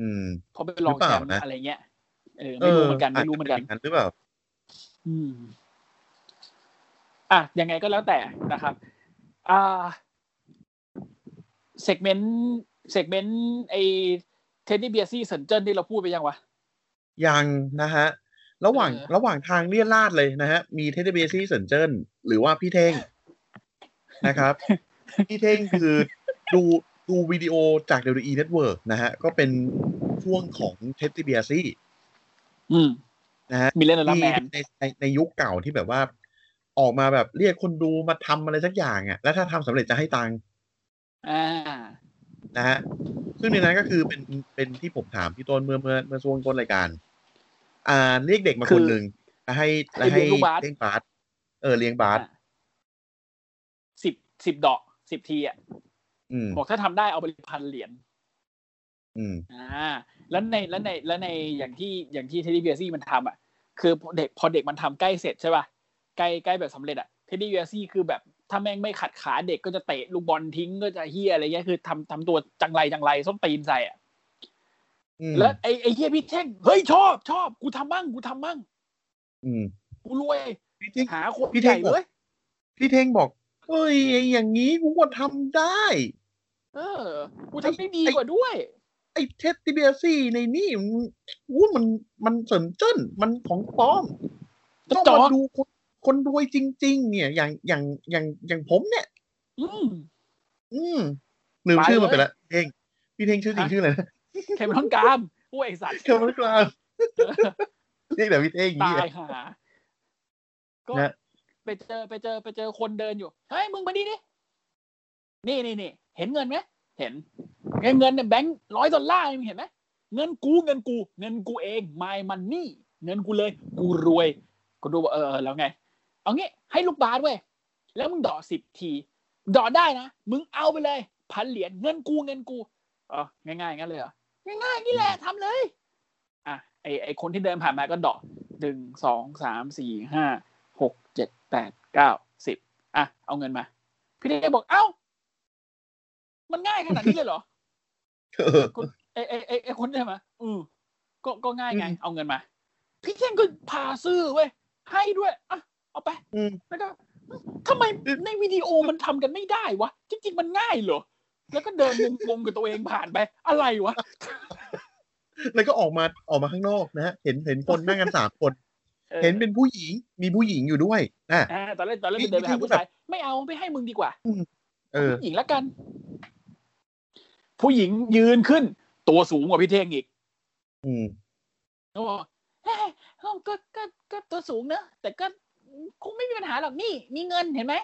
อืม เพราะเป็นรองแชม หรือ ป์ เปล่านะ อะไรเงี้ยเออไม่รู้เหมือนกันไม่รู้เหมือนกัน าจจะป็ย่างหรือเปล่า อืม อ่ะ ยังไงก็แล้วแต่นะครับ อ่าเซกเมนต์เซกเมนต์ไอเทนนี่เบียซี่เซนเจิ้นที่เราพูดไปยังวะ ยังนะฮะ ระหว่าง เออ ระหว่างทางเลี่ยนลาดเลยนะฮะ มีเทเดเบซี่เซินเจิ้นหรือว่าพี่เท่งนะครับ (laughs) พี่เท่งคือดูดูวิดีโอจาก WWE Network นะฮะ ก็เป็นช่วงของเทดดี้เบียซี่ อืม นะฮะ มีเล่นแล้วแมน ที่ในในในยุคเก่าที่แบบว่า ออกมาแบบเรียกคนดูมาทำอะไรสักอย่างอ่ะแล้วถ้าทำสำเร็จจะให้ตังค์ อ่า นะฮะ ซึ่งในนั้นก็คือเป็นเป็นที่ผมถามพี่ต้นเมื่อเมื่อเมื่อช่วงต้นรายการ อ่าเรียกเด็กมา คื ค อน หนึ่งแล้วให้ ให้ แล้ว เลี้ ให้ ยงลูกบาส เลี้ยงบาสเออเลี้ยงบาส สิบสิบดอกสิบทีอ่ะ อืม (laughs) บอกถ้าทำได้เอาไปพันเหรียญ อืม อ่า แล้วในแล้วในแล้วในอย่างที่อย่างที่เทดดี้เบียซี่มันทำอ่ะ คือเด็กพอเด็กมันทำใกล้เสร็จใช่ป่ะ ใกล้ใกล้แบบสำเร็จอ่ะ เทดดี้เบียซี่คือแบบ ถ้าแม่งไม่ขัดขาเด็กก็จะเตะลูกบอลทิ้งก็จะเฮียอะไรเงี้ย คือทำทำตัวจังไรจังไรส้มตีนใส่อ่ะ อืม แล้วไอ้ไอ้เฮียพี่เท่งเฮ้ยชอบชอบกูทำบ้างกูทำบ้าง อืม กูรวย พี่เท่ง หาคน พี่เท่ ใหญ่ งบอก เว้ย พี่เท่งบอกเอ้ยไอ้อย่างนี้กูก็ทำได้ เออ กูทำได้ดีกว่าด้วย ไอ้เท็ดดี้เบียซี่ในนี่มันอู้มันมันเสริมเจิ้นมันของปลอมต้อง จอ มาก ดูคนคนรวยจริง ๆ เนี่ย อย่างอย่างอย่างอย่างผมเนี่ย อืม อืมลืม ไป ชื่อมันไป เลย ละเท่งพี่เท่งชื่อจริง ฮะ ชื่ออะไรนะ เคมรอนกรามโอ้ยไอ้สัตว์ (laughs) เกิดมันกลางเรียกแต่พี่เท่ง ตา นี่ ยหา ก็ นะ ไปเจอไปเจอไปเจอคนเดินอยู่ เฮ้ย มึงมานี่ดินี่นี่นี่ เห็นเงินไหม เห็น เงินเงินเนี่ยแบงค์ร้อยดอลลาร์มึงเห็นไหม เงินกูเงินกู เงินกูเอง my money เงินกูเลย กูรวย ก็ดูว่าเออเออแล้วไง เอางี้ ให้ลูกบาสเว้ย แล้วมึงดอสิบที ดอได้นะ มึงเอาไปเลยพันเหรียญเงินกูเงินกูเออง่ายๆงั้นเลยเหรอ ง่ายๆนี่แหละทำเลย อ่ะไอไอคนที่เดินผ่านมาก็ดอ หนึ่งสองสามสี่ห้าหกเจ็ดแปดเก้าสิบอ่ะ เอาเงินมา พี่เดบอกเอ้า มันง่ายขนาดนี้เลยเหรอ เออ ไอ้ไอ้ไอ้ไอ้คนเนี่ยมาอือก็ก็ง่ายไง อืม เอาเงินมา พี่เท่งก็พาซื้อเว้ย ให้ด้วย อ่ะ เอาไป อืม แล้วก็ทำไม อืม ในวิดีโอมันทำกันไม่ได้วะ จริง ๆ มันง่ายเหรอ แล้วก็เดินงงๆกับตัวเองผ่านไป อะไรวะ แล้วก็ออกมาออกมาข้างนอกนะฮะเห็นเห็นคนนั่ง (laughs) กันสามคน ออ เห็นเป็นผู้หญิงมีผู้หญิงอยู่ด้วยอ่ะ อ่าตอนแรกตอนแรก นี่ ไปเดินไปหา นี่ ผู้ แบบ ชายไม่เอาไม่ให้มึงดีกว่า เออ ผู้หญิงละกัน ผู้หญิงยืนขึ้น ตัวสูงกว่าพี่เท่งอีก อืม เขาบอกเฮ้ยก็ก็ก็ก็ตัวสูงเนอะแต่ก็คงไม่มีปัญหาหรอกนี่ มีเงินเห็นไหม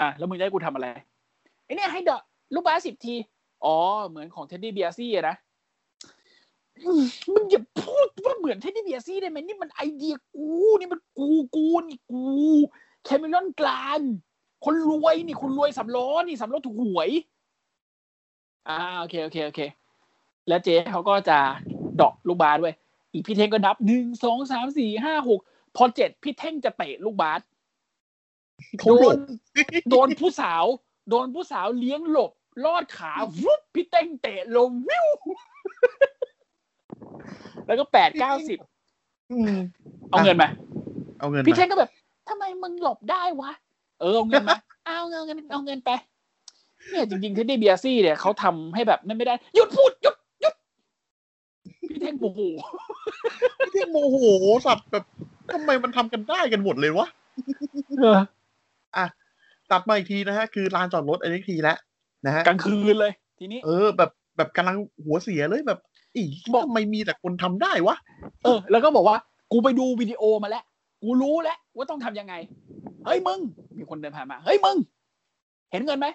อ่ะแล้วมึงจะให้กูทำอะไรไอเนี่ยให้ดอกลูกบาสสิบที อ๋อ เหมือนของเท็ดดี้เบียซี่อะนะอืมมึงอย่าพูดว่าเหมือนเท็ดดี้เบียซี่ได้ไหมนี่มันไอเดียกูนี่มันกูกูนี่กูแคมิลอนกลางคนรวยนี่คนรวยสำล้อนี่สำล้อถูกหวย อ่าโอเคโอเคโอเค แล้วเจ๊เขาก็จะดอกลูกบาสด้วยอีกพี่เท่งก็นับหนึ่งสองสามสี่ห้าหกพอเจ็ดพี่เท่งจะเตะลูกบาส เขาหโดล น บ โดนผู้สาว โดนผู้สาวเลี้ยงหลบ ลอดขาวุบพี่เท่งเตะลงวิ (laughs) ว แล้วก็แปดเก้าสิบ อืม เอาเงินมา เอาเงิน พี่ มา เท่งก็แบบทำไมมึงหลบได้วะ เออเอาเงินมา เอาเงินเอาเงินไป เนี่ยจริงๆเทดดี้เบียร์ซี่เนี่ยเขาทำให้แบบนั่นไม่ได้ หยุดพูดหยุดหยุดพี่เท่งโมโห เรียกโมโหสัตว์แบบทำไมมันทำกันได้กันหมดเลยวะ เออ ตัดมาอีกทีนะฮะ คือลานจอดรถอันนี้ทีแล้วนะฮะ กลางคืนเลย ทีนี้ เออ แบบแบบกำลังหัวเสียเลยแบบอี บอก ทำไมมีแต่คนทำได้วะ เออ แล้วก็บอกว่า กูไปดูวิดีโอมาแล้ว กูรู้แล้วว่าต้องทำยังไง เฮ้ยมึง มีคนเดินผ่านมา เฮ้ยมึง เห็นเงินไหม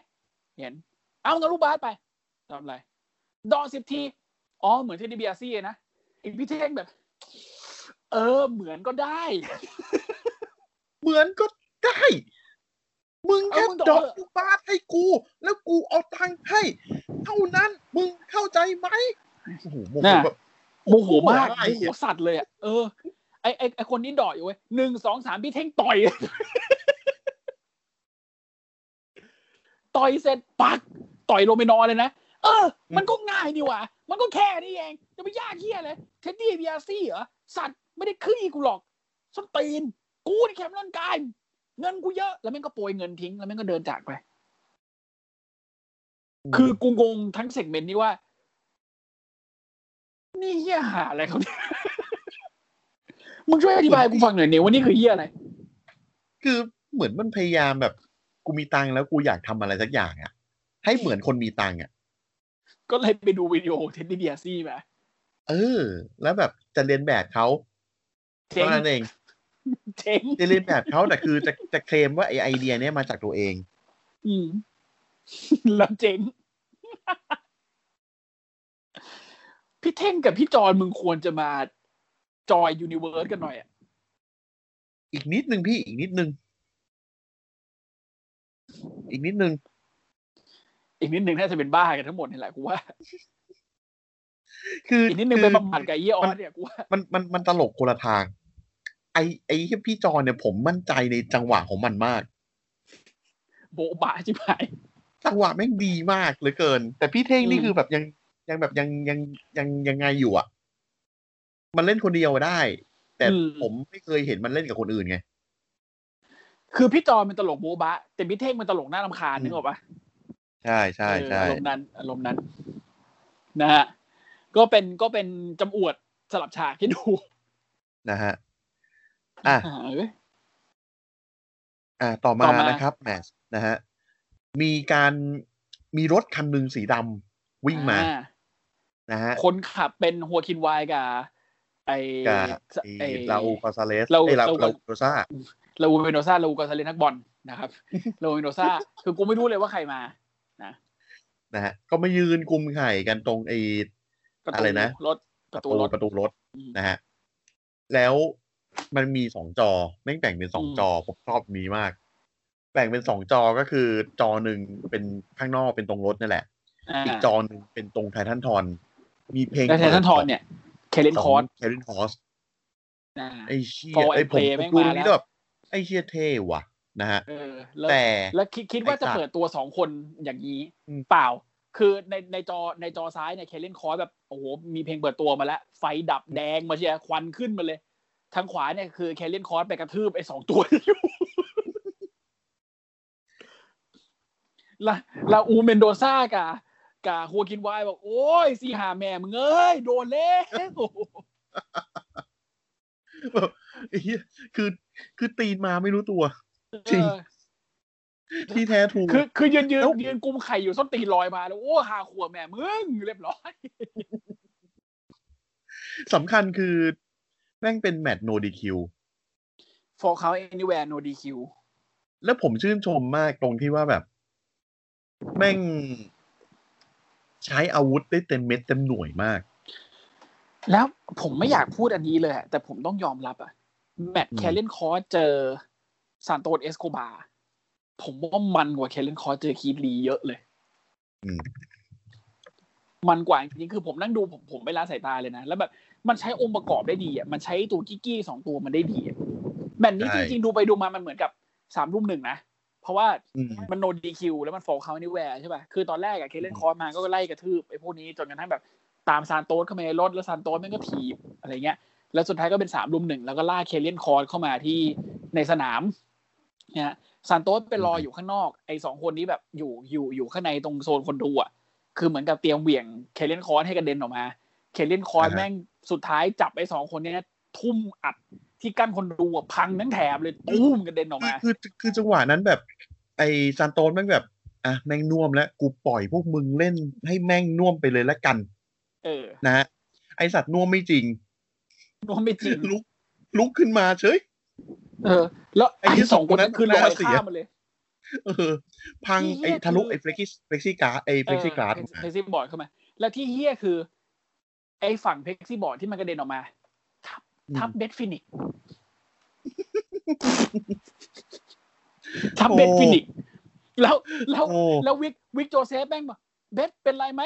เห็น เอาเงินลูกบาสไปทำอะไร ดอนสิบที อ๋อ เหมือนที่ดิเบียซี่นะไอีพี่เท่งแบบ เออ เหมือนก็ได้ เหมือนก็ได้ มึงแค่ เอามึงด ด อ อก กลูกบาทให้กู แล้วกูเอาตังค์ให้ เท่านั้น มึงเข้าใจไหมโอ้โหโมโหแบบ โมโหมาก โอ้ โม โห โหสัตว์เลยอ่ะ เออ ไอไอไอคนนี้ดอยอยู่เว้ยหนึ่งสองสามพี่เท่งต่อย ต่อยเสร็จปัก ต่อยลงไปนอนเลยนะ เออ มันก็ง่ายนี่หว่า มันก็แค่นี้เอง จะไปยากเฮียเลยเท็ดดี้เบียซี่เหรอ สัตว์ไม่ได้ขี้กูหรอกส้นตีน กูนี่แคมป์ร่างกาย เงินกูเยอะ แล้วแม่งก็โปรยเงินทิ้ง แล้วแม่งก็เดินจากไป คือกูงงทั้งเซกเมนต์นี้ว่า นี่เฮียหาอะไรครับเนี่ย มึงช่วยอธิบายให้กูฟังหน่อยเนี่ยว่านี่คือเฮียอะไร คือเหมือนมันพยายามแบบ กูมีตังค์แล้วกูอยากทำอะไรสักอย่างอะให้เหมือนคนมีตังค์อะ ก็เลยไปดูวิดีโอเท็ดดี้เบียซี่มา เออ แล้วแบบจะเรียนแบบเขา เจ๊ง เท่านั้นเอง เจ๊ง จะเรียนแบบเขาแต่คือจะจะเคลมว่าไอไอเดียเนี้ยมาจากตัวเอง อืม แล้วเจ๊ง พี่เท่งกับพี่จอนมึงควรจะมาจอยยูนิเวิร์สกันหน่อยอะ อีกนิดนึงพี่อีกนิดนึง อีกนิดนึง อีกนิดหนึ่งน่าจะเป็นบ้ากันทั้งหมดนี่แหละกูว่า คือ อีกนิดหนึ่ง คื ไปบำบัดกับไอ้เฮียออสเนี่ยกูว่า มันมันมันตลกคนละทาง ไอไอที่พี่จอนเนี่ยผมมั่นใจในจังหวะของมันมาก โบ๊ะบะจิ๋หาย จังหวะแม่งดีมากเหลือเกิน แต่พี่เท่งนี่ อืม คือแบบยังยังแบบยังยังยังยังไงอยู่อ่ะ มันเล่นคนเดียวได้ แต่ อืม ผมไม่เคยเห็นมันเล่นกับคนอื่นไง คือพี่จอยมันตลกโบ๊ะบะ แต่พี่เท่งมันตลกน่ารำคาญนึกออกปะ ใช่ใช่ใช่ เอออารมณ์นั้นอารมณ์นั้น นะฮะก็เป็นก็เป็นจำอวดสลับฉากให้ดู นะฮะ อ่ะ อ่าเอ้ย อ่ะต่อมา ต่อมาน นะครับแมสนะฮะ มีการมีรถคันหนึ่งสีดำวิ่งมา อ่ นะฮะ คนขับเป็นหัวคินวายกับไอ กับ ไอ ไอ้ลาอูกอนซาเลส ลาอู ไอ้ยลา ลาอู ลาอูโรซ่า ลาอูเวโนซาลาอูกอนซาเลสนักบอลนะครับลาอูเวโนซาคือกูไม่รู้เลยว่าใครมา นะฮะก็มายืนกุมไข่กันตรงไอ้ ประตู อะไรนะ รถประตูรถ ประตูรถ อืม นะฮะแล้วมันมีสองจอแม่งแบ่งเป็นสองจอผมชอบมีมาก แบ่งเป็นสองจอก็คือจอหนึ่งเป็นข้างนอกเป็นตรงรถนั่นแหละ า อีกจอหนึ่งเป็นตรงไททันทอนมีเพลง แล้วไททันทอนเนี่ย เคเลนคอร์ส เครินคอส อ่า ไอ้เชี่ย For ไอ้ผม Play ผ แม่ ม ง ดู มา ตรงนี้ แล้ว แบบไอ้เชี่ยเท่ว่ะนะฮะ เออแล้ว แต่ แล้วคิดคิดว่าจะ ไอ้สัตว์ เปิดตัวสองคนอย่างนี้ อืม เปล่า คือในในจอในจอซ้ายเนี่ยเคเลนคอร์สแบบโอ้โหมีเพลงเปิดตัวมาแล้ว ไฟดับแดงมาเชียร์ควันขึ้นมาเลย ทางขวาเนี่ยคือเคเลนคอร์สไปกระทืบไอ้สองตัวที่ (laughs) อยู่ละลาอูเมนโดซ่ากับกับฮัวกินไวายบอกโอ้ยสีหาแม่มึงเอ้ย โดนแล้ว ไอ้เหี้ยคือคือตีนมาไม่รู้ตัว จริง เออ ที่แท้ถูก คือคือยืนยืน แล้ว ยืนกุมไข่อยู่ส้นตีนลอยมาแล้วโอ้หาขวบแม่มึงเรียบร้อย สำคัญคือแม่งเป็นแมตโนดีคิว for count anywhere no DQ แล้วผมชื่นชมมากตรงที่ว่าแบบ แม่ง ใช้อาวุธได้เต็มเม็ดเต็มหน่วยมาก แล้วผมไม่อยากพูดอันนี้เลยอะแต่ผมต้องยอมรับอะแมตช์ อืม แคลเลนคอร์สเจอซานโตสเอสโคบาร์ผมว่ามันกว่าแคลเลนคอร์สเจอคีดลีเยอะเลย มันกว่าจริงๆคือผมนั่งดูผมผมไม่ละสายตาเลยนะ แล้วแบบมันใช้องค์ประกอบได้ดีอ่ะมันใช้ตัวกิ๊กกี้สองตัวมันได้ดีอะแมตช์นี้ ใช่ จริงๆดูไปดูมามันเหมือนกับสามรุ่มหนึ่งนะ เพราะว่า อืม มันโนดีคิวแล้วมันฟอลเขานี่แวร์ใช่ป่ะ คือตอนแรกอะเคเลนคอร์สมาก็ไล่กระทืบไอ้พวกนี้จนกระทั่งแบบตามซานโตสเข้ามาในรถแล้วซานโตสแม่งก็ถีบอะไรเงี้ย แล้วสุดท้ายก็เป็นสามรุมหนึ่งแล้วก็ล่าเคเลนคอร์สเข้ามาที่ในสนามนะฮะ ซานโตสไปรออยู่ข้างนอก ไอ้สองคนนี้แบบอยู่อยู่อยู่ข้างในตรงโซนคนดูอ่ะ คือเหมือนกับเตรียมเหวี่ยงเคเลนคอนให้กระเด็นออกมา เคเลนคอน อ่าฮะ แม่งสุดท้ายจับไอ้สองคนเนี้ยทุ่มอัดที่กั้นคนดูอะพังทั้งแถบเลยตู้มกระเด็นออกมา คือคือคือจังหวะนั้นแบบ ไอซานโตนแม่งแบบ อ่ะแม่งน่วมแล้ว กูปล่อยพวกมึงเล่นให้แม่งน่วมไปเลยละกัน เออ นะฮะไอสัตว์น่วมไม่จริง รวมไม่จริง ลุกลุกขึ้นมาเฉย เออ แล้ว ไอ้ ไอ้ ที่ ที่สองคนนั้นคือลอย สองคนนั้นคือ ข้ามมาเลย เออ พัง เหี้ ไอย ทะลุ คือ ไอเฟล็กซ์เฟล็กซี่การ์ดไอเฟล็กซี่การ์ด เพกซี่บอร์ดเข้ามา แล้วที่เฮี้ยคือ ไอ้ฝั่งเพกซี่บอร์ดที่มันกระเด็นออกมา ทับทับเบดฟินิกซ์ทับเบดฟินิกซ์แล้วแล้ว โอ้ แล้ววิกวิกโจเซฟแม่งบอกเบสเป็นไรไหม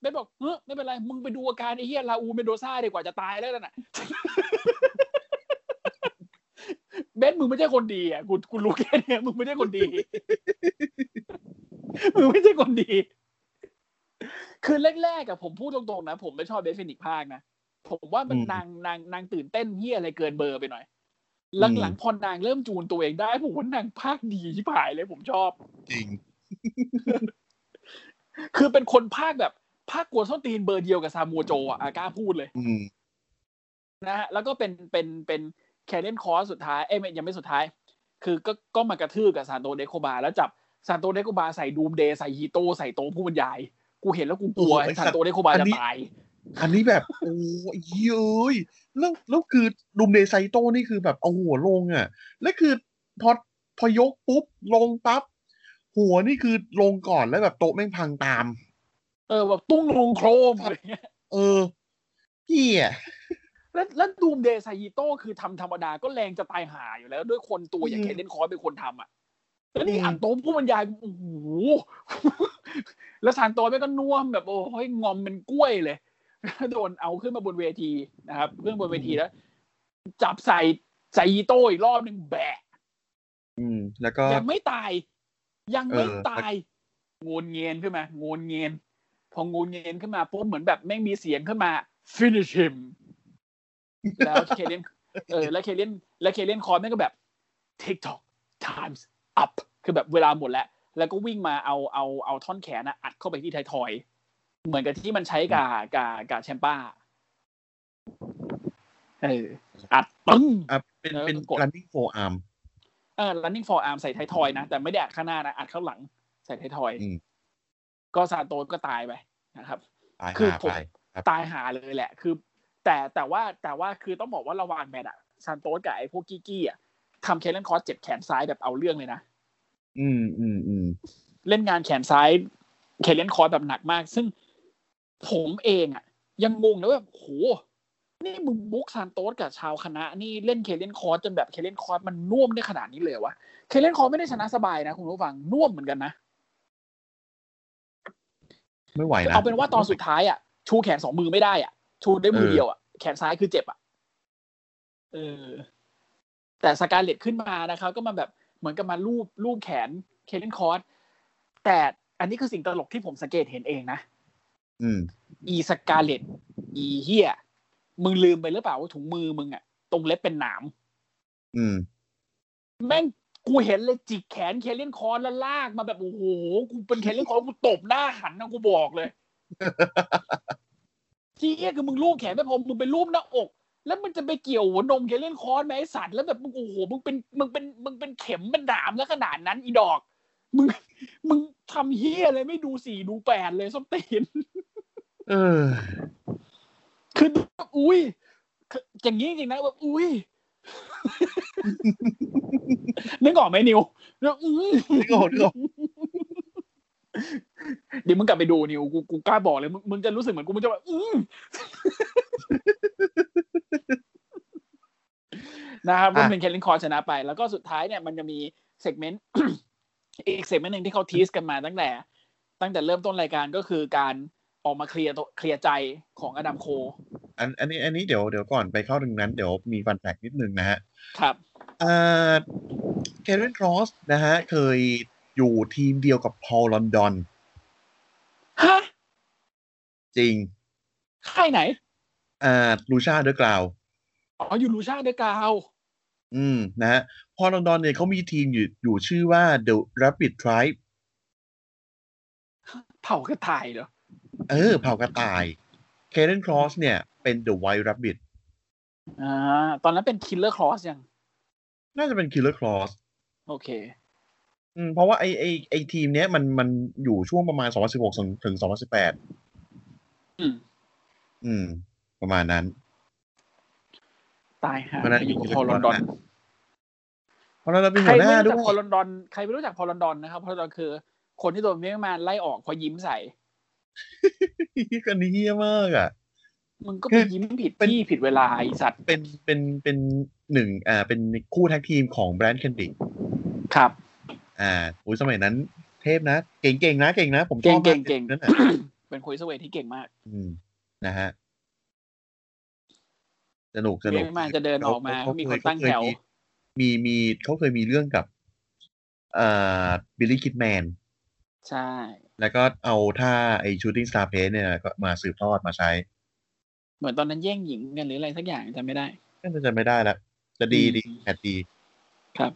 เบสบอกเออไม่เป็นไร มึงไปดูอาการไอ้เฮียลาอูเมนโดซ่าดีกว่าจะตายแล้วนั่นน่ะ (laughs) เบสมึงไม่ใช่คนดีอ่ะกูกูรู้แค่เนี้ยมึงไม่ใช่คนดี (laughs) มึงไม่ใช่คนดี คือแรกๆอะผมพูดตรงๆนะ ผมไม่ชอบเบสฟินิกส์ภาคนะ ผมว่ามันนางนางนางตื่นเต้นเฮียอะไรเกินเบอร์ไปหน่อย หลังๆพอนางเริ่มจูนตัวเองได้ผมว่านางภาคดีที่ผายเลยผมชอบ จริง คือเป็นคนภาคแบบภาคกวนส้นตีนเบอร์เดียวกับซามูโจอ่ะอ่ะกล้าพูดเลย อืม นะฮะแล้วก็เป็นเป็นเป็นแคเดนคอร์สุดท้ายเอ้ยไม่ยังไม่สุดท้าย คือก็ก็มากระทืบกับซานโตเดโคบา แล้วจับซานโตเดโคบาใส่ดูมเดย์ใส่ฮีโตใส่โตะผู้บรรยาย กูเห็นแล้วกูกลัว โอ้โหไอ้สัตซาน ว์ โตเดโคบา อัน จะ นี้ ตาย อันนี้แบบ โอ้ยเอ้ยแล้วแล้วคือดุมเดไซโตนี่คือแบบเอาหัวลงอ่ะ แล้วคือพอพอยกปุ๊บ ลงปั๊บ หัวนี่คือลงก่อนแล้วแบบโต๊ะแม่งพังตาม เออแบบตุ้งลงโครมอะไรเงี้ย เออเหี้ย แล้วแล้วดูมเดย์ใส่ฮีโตคือทำธรรมดาก็แรงจะตายห่าอยู่แล้ว ด้วยคนตัวอย่าง อืม แคเดนคอร์เป็นคนทำอ่ะแล้วนี่ อืม อัดโตะผู้บรรยายโอ้โห (laughs) แล้วซานโตไม่งก็น่วมแบบโอ้ยงอมเป็นกล้วยเลย (laughs) โดนเอาขึ้นมาบนเวทีนะครับขึ้นบนเวทีแล้ว จับใส่ใส่ฮีโต้อีกรอบหนึ่งแบะ อืม แล้วก็ ยังไม่ตาย ยังไม่ เออ ตายงนเงียนขึ้นมางนเงียน พองนเงียนขึ้นมาปุ๊บเหมือนแบบแม่งมีเสียงขึ้นมา finish him แล้วเคเลนเออแล้วเคเลนแล้วเคเลนคอร์แม่งก็แบบ TikTok times up คือแบบเวลาหมดแล้ว แล้วก็วิ่งมาเอาเอาเอาท่อนแขนนะอัดเข้าไปที่ไทยทอย เหมือนกับที่มันใช้กับกับกับแชมป้าเอออัดปึ้ง อ่ะเป็นเป็น แล้วก็กด running forearm เออ running for arm ใส่ไทยทอยนะ แต่ไม่ได้อัดข้างหน้านะ อัดข้างหลัง ใส่ไทยทอย อืม ก็ซาโตนก็ตายไปนะครับ ตาย คือ หา ผม ไป ครับ ตายหาเลยแหละ คือ แต่แต่ว่าแต่ว่าคือต้องบอกว่าระหว่างแมตช์อะซานโตสกับไอ้พวกกี้กี้อะทำเคเลนคอสเจ็บแขนซ้ายแบบเอาเรื่องเลยนะ อืมอืมอืม เล่นงานแขนซ้ายเคเลนคอร์สแบบหนักมาก ซึ่งผมเองอ่ะ ยังงงนะว่าโหนี่มึงบุ๊กซานโตสกับชาวคณะนี่เล่นเคเลนคอร์สจนแบบเคเลนคอร์สมันน่วมได้ขนาดนี้เลยเหรอวะเคเลนคอร์สไม่ได้ชนะสบายนะคุณผู้ฟังน่วมเหมือนกันนะ ไม่ไหวนะ เอาเป็นว่าตอนสุดท้ายอ่ะ ชูแขนสองมือไม่ได้อ่ะ ชูได้มือเดียวอ่ะ แขนซ้ายคือเจ็บอ่ะเออ แต่สการเลตขึ้นมานะครับ ก็มาแบบเหมือนกับมารูปรูปแขนเคเลนคอร์สแต่อันนี้คือสิ่งตลกที่ผมสังเกตเห็นเองนะ อืม อีสการเลตอีเฮียมึงลืมไปหรือเปล่าว่าถุงมือมึงอะตรงเล็บเป็นหนาม อืม แม่งกูเห็นเลยจิกแขนเคเลนคอนแล้วลากมาแบบโอ้โหกูเป็นเคเลนคอนกูตบหน้าหันนะกูบอกเลย (laughs) ที่เฮียคือมึงลูบแขนไม่พอมึงไปลูบหน้าอก แล้วมันจะไปเกี่ยวหัวนมเคเลนคอนไหมไอ้สัตว์แล้วแบบมึงโอ้โหมึงเป็นมึงเป็นมึงเป็นเข็มเป็นหนามแล้วขนาดนั้นอีดอก มึงมึงทำเฮียอะไรไม่ดูสี่ดูแปดเลยส้มตีน เออ (laughs) คือแบบอุ้ยคืออย่างนี้จริงๆนะแบบอุ้ย นึกออกไหมนิวแล้วอื้อ นึกออกนึกออก เดี๋ยวมึงกลับไปดูนิวกูกูกล้าบอกเลยมึงมึงจะรู้สึกเหมือนกูมึงจะ (laughs) แบบอื้อนะครับก็ อ่ะ เป็นแคลินคอร์ชนะไป แล้วก็สุดท้ายเนี่ยมันจะมีเซกเมนต์ (coughs) อีกเซกเมนต์หนึ่งที่เขาทีสกันมาตั้งแต่ ตั้งแต่เริ่มต้นรายการก็คือการออกมาเคลียร์ตัวเคลียร์ใจของอดัมโค อันอันนี้อันนี้เดี๋ยวเดี๋ยวก่อนไปเข้าตรงนั้นเดี๋ยวมีฟันแฟกนิดนึงนะฮะ ครับ เคเรนครอสนะฮะ เคยอยู่ทีมเดียวกับพอลลอนดอน ฮะ จริง ค่ายไหน อ่าลูชาเดอะกราว อ๋ออยู่ลูชาเดอะกราว อืมนะฮะ พอลอนดอนเนี่ยเขามีทีมอยู่อยู่ชื่อว่า The Rabbit Tribe เผากระต่ายเหรอ เออ เผ่ากระต่ายเคเ n นครอสเนี่ยเป็น The White Rabbit อ่าตอนนั้นเป็นคิลเลอร์ครอสยัง น่าจะเป็น Killer Cross โอเค อืมเพราะว่าไอไอไอทีมเนี้ยมันมันอยู่ช่วงประมาณ 2016 ถึง 2018 อืม อืม ประมาณนั้น ตายฮะ เพราะฉะนั้น ไปอยู่กับพอลอนดอน เพราะฉะนั้นเราเป็น ใค หั ร วห ไม่ น้าด้ รู้ ว จั ย กพอลอนดอน ใครไม่รู้จักพอลอนดอนนะครับพอลอนดอนคือ คนที่โดนเมียงมานไล่ออกเพราะยิ้มใส่ (laughs) กันนี้เฮี้ยมากอ่ะ มึงก็ คื ไป อ ยิ้มผิด เป็น ที่ผิดเวลาไอสัตว์ เป็นเป็นเป็นหนึ่งอ่าเป็นคู่แท็กทีมของแบรนด์เคนดิก ครับ อ่าอุ้ยสมัยนั้น เทพนะ เก่งเก่งนะเก่งนะ ผมช เก่ อง บ เก่ง มาก เก่ง นั่นน่ะ เป็นคุยสเวทที่เก่งมาก อืมนะฮะสนุกส เมี นุ ย ก งมานจะเดินออกมา เขเข มีคนตั้ง เย แถว มีมีเขาเคยมีเรื่องกับเอ่อบิลลี่คิดแมน ใช่ แล้วก็เอาท่าไอ้ shooting star pace เนี่ยก็มาสืบทอดมาใช้ เหมือนตอนนั้นแย่งหญิงกันหรืออะไรสักอย่างจำไม่ได้ ก็จะไม่ได้ละจะดี อืม ดีแอดดี ครับ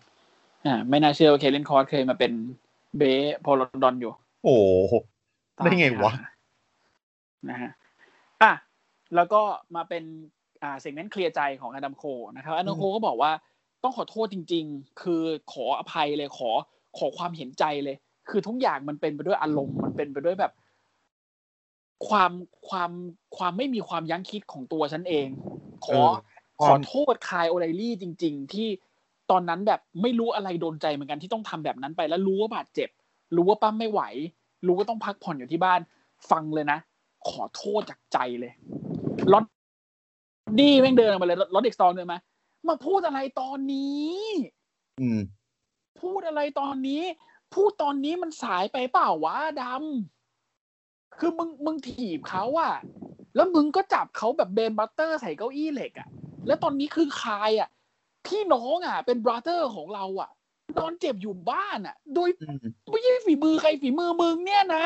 อ่า ไม่น่าเชื่อว่าเคเลนคอร์สเคยมาเป็นเบสพอลอนดอนอยู่ โอ้โห ได้ไงวะ นะฮะ อ่ะ แล้วก็มาเป็น อ่าเสียงนั้นเคลียร์ใจของอดัมโคนะครับอดัมโคก็บอกว่าต้องขอโทษจริง ๆ คือขออภัยเลยขอขอความเห็นใจเลย คือทุกอย่างมันเป็นไปด้วยอารมณ์ มันเป็นไปด้วยแบบ ความความความไม่มีความยั้งคิดของตัวฉันเอง ขอ ข เออ อโทษคายโอไลลี่จริง ๆ ที่ตอนนั้นแบบไม่รู้อะไรโดนใจเหมือนกันที่ต้องทำแบบนั้นไปแล้วรู้ว่าบาดเจ็บ รู้ว่าปั้มไม่ไหว รู้ว่าต้องพักผ่อนอยู่ที่บ้าน ฟังเลยนะ ขอโทษจากใจเลยล็อตดี้แม่งเดินออกมาเลยล็อตเด็กสตอร์เดินมามาพูดอะไรตอนนี้ อืม พูดอะไรตอนนี้ พูดตอนนี้มันสายไปเปล่าวะดำคือมึงมึงถีบเขาอะแล้วมึงก็จับเขาแบบเบนบัตเตอร์ใส่เก้าอี้เหล็กอะแล้วตอนนี้คือคายอะพี่น้องอะเป็นบราเตอร์ของเราอะนอนเจ็บอยู่บ้านอะโดย อืม ไม่ใช่ฝีมือใครฝีมือมึงเนี่ยนะ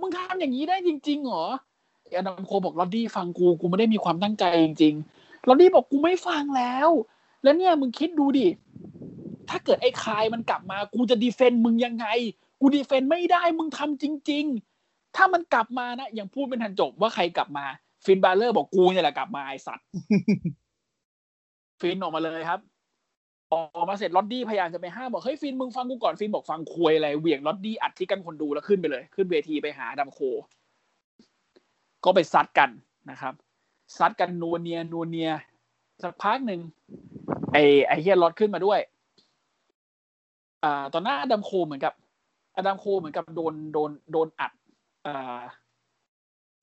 มึงทำอย่างนี้ได้จริงๆเหรออดัมโคบอกลอดดี้ฟังกูกูไม่ได้มีความตั้งใจจริงๆลอดดี้บอกกูไม่ฟังแล้ว แล้วเนี่ยมึงคิดดูดิ ถ้าเกิดไอ้คายมันกลับมา กูจะดีเฟนต์มึงยังไง กูดีเฟนต์ไม่ได้มึงทำจริง ๆ ถ้ามันกลับมานะยังพูดไม่ทันจบว่าใครกลับมา ฟินบาเลอร์บอกกูเนี่ยแหละกลับมาไอสัตว์ ฟินออกมาเลยครับ ออกมาเสร็จลอดดี้พยายามจะไปห้ามบอกเฮ้ยฟินมึงฟังกูก่อนฟินบอกฟังคุยอะไรเหวี่ยงลอดดี้อัดที่กันคนดูแล้วขึ้นไปเลย ขึ้นเวทีไปหาดัมโค ก็ไปซัดกันนะครับ ซัดกันนัวเนียนัวเนียสักพักหนึ่งไอไอเฮียลอดขึ้นมาด้วย อ่าตอนหน้าอดัมโคเหมือนกับอดัมโคเหมือนกับโดนโดนโดนอัดอ่า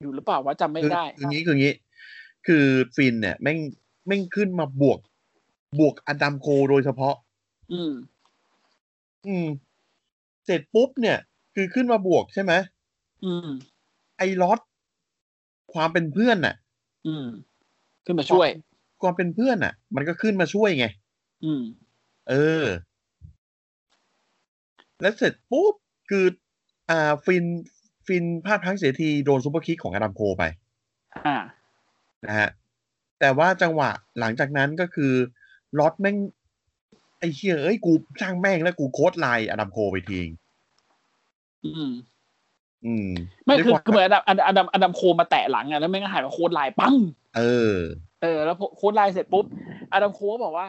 อยู่หรือเปล่าวะจำไม่ คือ ได้ คืองี้คืองี้ คือฟินเนี่ยแม่งแม่งขึ้นมาบวก บวกอดัมโคโดยเฉพาะ อืม อืม เสร็จปุ๊บเนี่ย คือขึ้นมาบวกใช่ไหม อืม ไอ้ลอตความเป็นเพื่อนน่ะ อืม ขึ้นมาช่วย ความเป็นเพื่อนน่ะ มันก็ขึ้นมาช่วยไง อืม เออ แล้วเสร็จปุ๊บ คืออ่าฟินฟินพลาดพลั้งเสียทีโดนซุปเปอร์คิกของอดัมโคไป อ่า นะฮะ แต่ว่าจังหวะหลังจากนั้นก็คือล็อตแม่ง ไอ้เชี่ยเอ้ย กูช่างแม่งแล้วกูโค้ดไลน์อดัมโคไปทิ้ง อืม อืม ไม่คือ ด้วยวา คือเหมือนอดัมอดัมอดัมอดัมโคมาแตะหลังอ่ะแล้วแม่งก็หายมาโคตรลายปัง เออ เออแล้วพอโค้ดไลน์เสร็จปุ๊บอดัมโคก็บอกว่า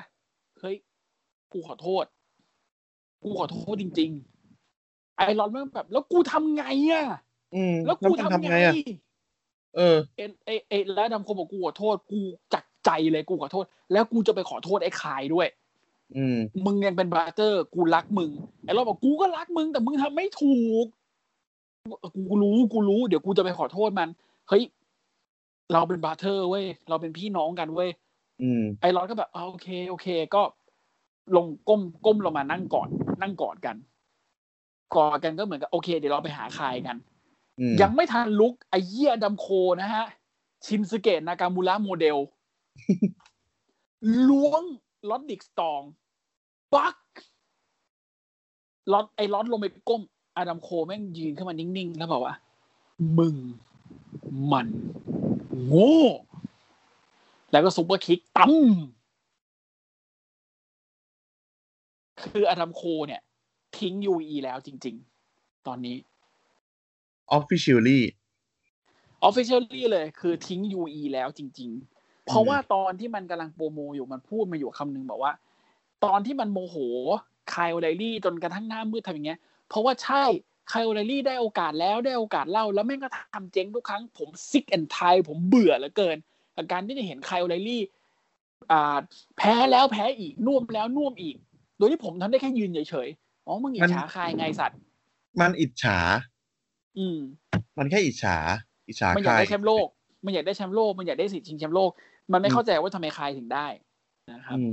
เฮ้ย กูขอโทษ กูขอโทษจริง ๆ ไอรอนแม่งแบบ แล้วกูทำไงอ่ะ อืม แล้วกู มึง ทำ ทำ ไง ไงอ่ะ เออ เอ็นเอเอแล้วอดัมโคบอกกูขอโทษ กูจากใจเลยกูขอโทษ แล้วกูจะไปขอโทษไอ้คายด้วย อืม มึงยังเป็นบราเตอร์ กูรักมึง ไอ้รอบบอกกูก็รักมึง แต่มึงทำไม่ถูก กูรู้กูรู้ เดี๋ยวกูจะไปขอโทษมัน เฮ้ย เราเป็นบราเตอร์เว้ย เราเป็นพี่น้องกันเว้ย อืม ไอ้รอนก็แบบอ่าโอเค โอเค ก็ ลงก้มก้มลงมานั่งกอดนั่งกอดกัน กอดกันก็เหมือนกับโอเค เดี๋ยวเราไปหาคายกัน อืม ยังไม่ทันลุกไอ้เหี้ยอดัมโคนะฮะ ชินสเกตนากามูระโมเดล (laughs) ล้วงล็อตดิกสตองบักล็อตไอ้ล็อตลงไปก้มอดัมโคแม่งยืนขึ้นมานิ่ง ๆ แล้วบอกว่า มึง มัน โง่ แล้วก็ซุปเปอร์คิกตั้ม คืออารัมโคเนี่ย ทิ้ง UE แล้วจริง ๆ ตอนนี้ officially Officially เลยคือทิ้ง UE แล้วจริง ๆ เพราะว่าตอนที่มันกำลังโปรโมอยู่มันพูดมาอยู่คำหนึงบอกว่า ตอนที่มันโมโหคายโอไลลี่จนกระทั่งหน้ามืดทำอย่างเงี้ย เพราะว่าใช่คายโอไลลี่ได้โอกาสแล้วได้โอกาสเล่าแล้วแม่งก็ทำเจ๊งทุกครั้ง ผมซิกแอนไทผมเบื่อเหลือเกินกับการที่จะเห็นคายโอไลลี่อ่าแพ้แล้วแพ้อีกน่วมแล้วน่วมอีก โดยที่ผมทำได้แค่ยืนเฉยๆอ๋อมึงอิจฉาใครไงสัตว์ มันอิจฉา อืม มันแค่อิจฉา อิจฉา มันอ ใค ยาร กได้แชมป์โลก มันอยากได้แชมป์โลก มันอยากได้สิทธิ์ชิงแชมป์โลก มันไม่เข้าใจว่าทำไมคายถึงได้นะครับ อืม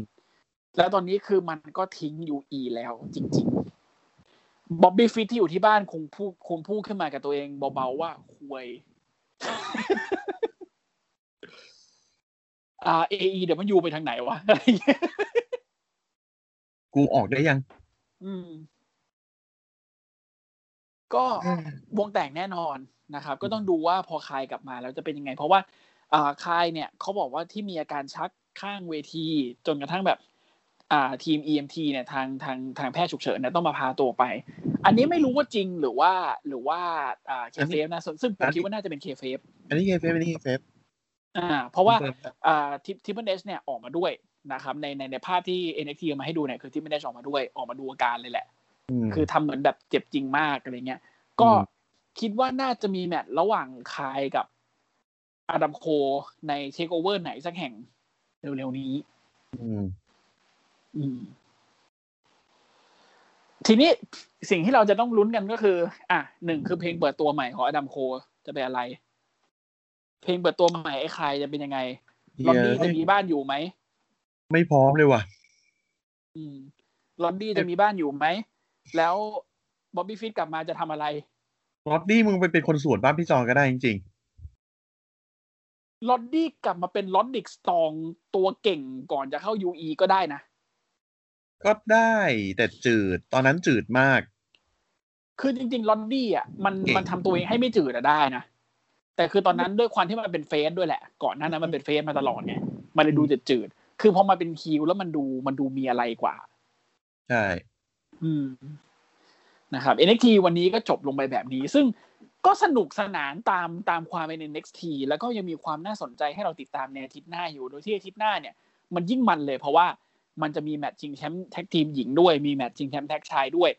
แล้วตอนนี้คือมันก็ทิ้งยูอีแล้วจริงๆ บ๊อบบี้ฟิตที่อยู่ที่บ้านคงพูดคงพูดขึ้นมากับตัวเองเบาๆว่าค (laughs) วยอ่าเอเดี๋ยวมันยูไปทางไหนวะ กูออกได้ยัง อืม ก็วงแตกแน่นอนนะครับ ก็ต้องดูว่าพอคายกลับมาแล้วจะเป็นยังไง เพราะว่าอ่าคายเนี่ยเขาบอกว่าที่มีอาการชักข้างเวที จนกระทั่งแบบ อ่าทีม EMT เนี่ยทางทางทางแพทย์ฉุกเฉินเนี่ยต้องมาพาตัวไป อันนี้ไม่รู้ว่าจริงหรือว่า หรือว่าอ่าเค อัน เฟ นี้ ฟนะซึ่งซึ่งผ อั ม นนี้ คิดว่าน่าจะเป็นเคเฟฟ อันนี้เคเฟฟอันนี้เคเฟฟ อ่า เพราะว่า อ่าทิปทิปเปิลเดชเนี่ยออกมาด้วยนะครับ ในในในภาพที่ NXT เอามาให้ดูเนี่ยคือทิปเปิลเดชออกมาด้วยออกมาดูอาการเลยแหละ ม คือทำเหมือนแบบเจ็บจริงมากอะไรเงี้ย ก็ อืม คิดว่าน่าจะมีแมตช์ระหว่างคายกับอดัมโคในเทคโอเวอร์ไหนสักแห่งเร็วๆนี้ ม อืม ทีนี้สิ่งที่เราจะต้องลุ้นกันก็คือ อ่ะหนึ่งคือเพลงเปิดตัวใหม่ของอดัมโคจะเป็นอะไร เพลงเปิดตัวใหม่ไอ้คายจะเป็นยังไงลอนดี้ เหี้ย จะมีบ้านอยู่ไหม ไม่พร้อมเลยว่ะ อืมลอนดี้จะมีบ้านอยู่ไหม แล้วบ๊อบบี้ฟิตกลับมาจะทำอะไร รอดดี้มึงไปเป็นคนสวนบ้านพี่จองก็ได้จริง ลอดดี้กลับมาเป็นลอดดิกสตองตัวเก่งก่อนจะเข้า UE ก็ได้นะ ๆ ก็ได้แต่จืด ตอนนั้นจืดมาก คือจริงๆลอดดี้อ่ะมัน เก่ง มันทำตัวเองให้ไม่จืดอะได้นะ แต่คือตอนนั้นด้วยความที่มันเป็นเฟสด้วยแหละ ก่อนหน้านั้นมันเป็นเฟสมาตลอดไงมันเลยดูจืดจืดๆคือพอมาเป็นฮิลแล้วมันดูมันดูมีอะไรกว่า ใช่ อืมนะครับ NXT วันนี้ก็จบลงไปแบบนี้ ซึ่งก็สนุกสนานตามตามความเป็น NXT แล้วก็ยังมีความน่าสนใจให้เราติดตามในอาทิตย์หน้าอยู่ โดยที่อาทิตย์หน้าเนี่ย มันยิ่งมันเลยเพราะว่ามันจะมีแมตช์ชิงแชมป์แท็กทีมหญิงด้วยมีแมตช์ชิงแชมป์แท็กชายด้วย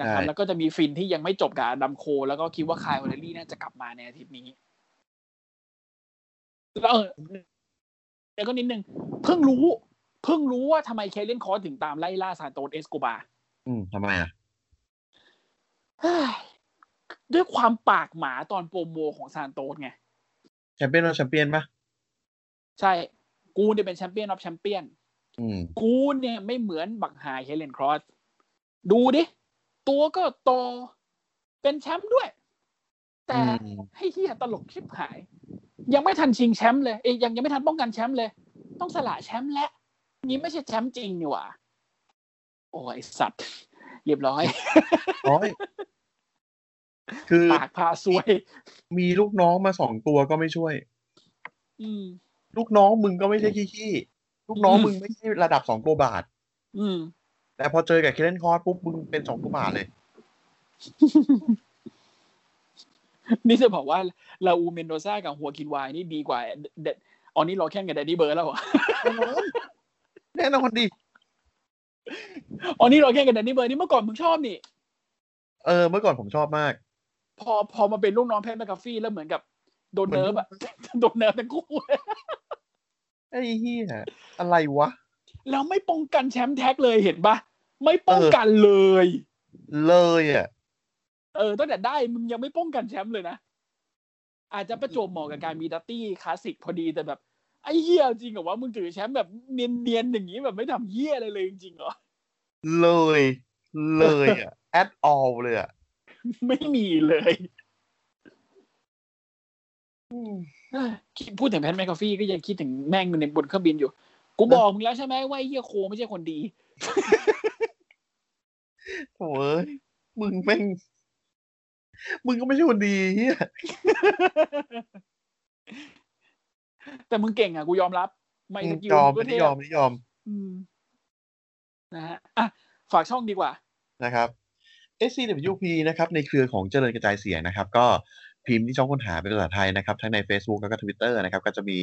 นะครับ ใช่ แล้วก็จะมีฟินที่ยังไม่จบกับอดัมโค แล้วก็คิดว่าคายโอเลรี่น่าจะกลับมาในอาทิตย์นี้แล้วเออแล้วก็นิดนึงเพิ่งรู้ เพิ่งรู้ว่าทำไมเคเลนคอร์สถึงตามไล่ล่าซานโตสเอสโกบาร์ อืมทำไมอ่ะ เฮ้ยด้วยความปากหมาตอนโปรโมของซานโตสไง แชมเปี้ยนเราแชมเปี้ยนปะ ใช่ กูเนี่ยเป็นแชมเปี้ยนออฟแชมเปี้ยน อืม กูเนี่ยไม่เหมือนบักไฮเฮเลนครอส ดูดิ ตัวก็โต เป็นแชมป์ด้วย แต่ อืม ให้เฮียตลกชิบหาย ยังไม่ทันชิงแชมป์เลยเอ้ยยังยังไม่ทันป้องกันแชมป์เลย ต้องสละแชมป์และ นี่ไม่ใช่แชมป์จริงนี่หว่า โอ้ยไอ้สัตว์ เรียบร้อย ร้อยคือ ปากพาซวย มีลูกน้องมาสองตัวก็ไม่ช่วย อืม ลูกน้องมึงก็ไม่ใช่ขี้ๆลูกน้องมึงไม่ใช่ระดับสองตัวบาท อืม แต่พอเจอกับเคเลนคอร์สปุ๊บมึงเป็นสองตัวบาทเลย (laughs) นี่จะบอกว่าลาอูเมนโดซ่ากับหัวกินวายนี่ดีกว่าเด็ดออนนี่รอแค่นกับแดดดี้เบิร์ดแล้วเหรอ แน่นอนแน่นอนดิ ออนนี่รอแค่นกับแดดดี้เบิร์ดนี่เมื่อก่อนมึงชอบนี่ เออ เมื่อก่อนผมชอบมาก พอพอมาเป็นลูกน้องแพทแมคกาฟี่แล้วเหมือนกับโดนเนิร์ฟอะ (laughs) โดนเนิร์ฟทั้งคู่ ไอ้เหี้ยอะไรวะ แล้วไม่ป้องกันแชมป์แท็กเลยเห็นปะไม่ป้องกันเลย เลยอ่ะ เออตั้งแต่ได้มึงยังไม่ป้องกันแชมป์เลยนะ อาจจะประจวบเหมาะกับการมีดัตตี้คลาสสิกพอดีแต่แบบไอ้เหี้ยจริงเหรอวะมึงถือแชมป์แบบเนียนๆอย่างนี้แบบไม่ทำเหี้ยอะไรเลยจริงๆเหรอ เลย เลยอ่ะ at all เลยอ่ะ ไม่มีเลยเอ้ยพูดถึงแพทแมคกาฟี่ก็ยังคิดถึงแม่งอยู่ในบนเครื่องบินอยู่ กูบอกมึงแล้วใช่ไหมว่าไอ้เฮียโคไม่ใช่คนดี โถ่เอ้ยมึงแม่ง มึงก็ไม่ใช่คนดีเหี้ย แต่มึงเก่งอ่ะ กูยอมรับ ไม่สกิล ยอมไม่ก็เท่ ยอมไม่ยอม อืมนะฮะอ่ะ ฝากช่องดีกว่า นะครับ SCWP นะครับในเครือของเจริญกระจายเสียงนะครับ ก็พิมพ์ที่ช่องค้นหาเป็นภาษาไทยนะครับ ทั้งใน Facebook แล้วก็ Twitter นะครับ ก็จะมี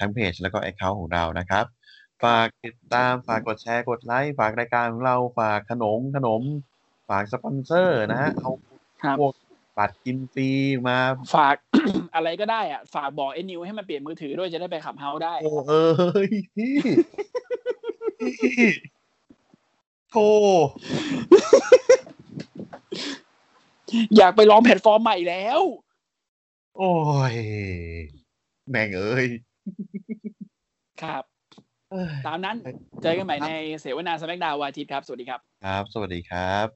ทั้งเพจแล้วก็ Account ของเรานะครับ ฝากติดตามฝากกดแชร์กดไลค์ฝากรายการของเราฝากขนมขนม ฝากสปอนเซอร์นะฮะเอา ครับ พวกบัตรกินฟรีมา ฝาก (coughs) อะไรก็ได้อ่ะ ฝากบอกเอ็นนิวให้มันเปลี่ยนมือถือด้วยจะได้ไปขับเฮาได้ โอ้เอ้ยพี่พี่โธ่ อยากไปลองแพลตฟอร์มใหม่แล้ว โอ้ยแม่งเอ้ย ครับ เอ้ย ตามนั้นเจอกันใหม่ในเสวนาสแมกดาวอาทิตย์ครับ สวัสดีครับ ครับ สวัสดีครับ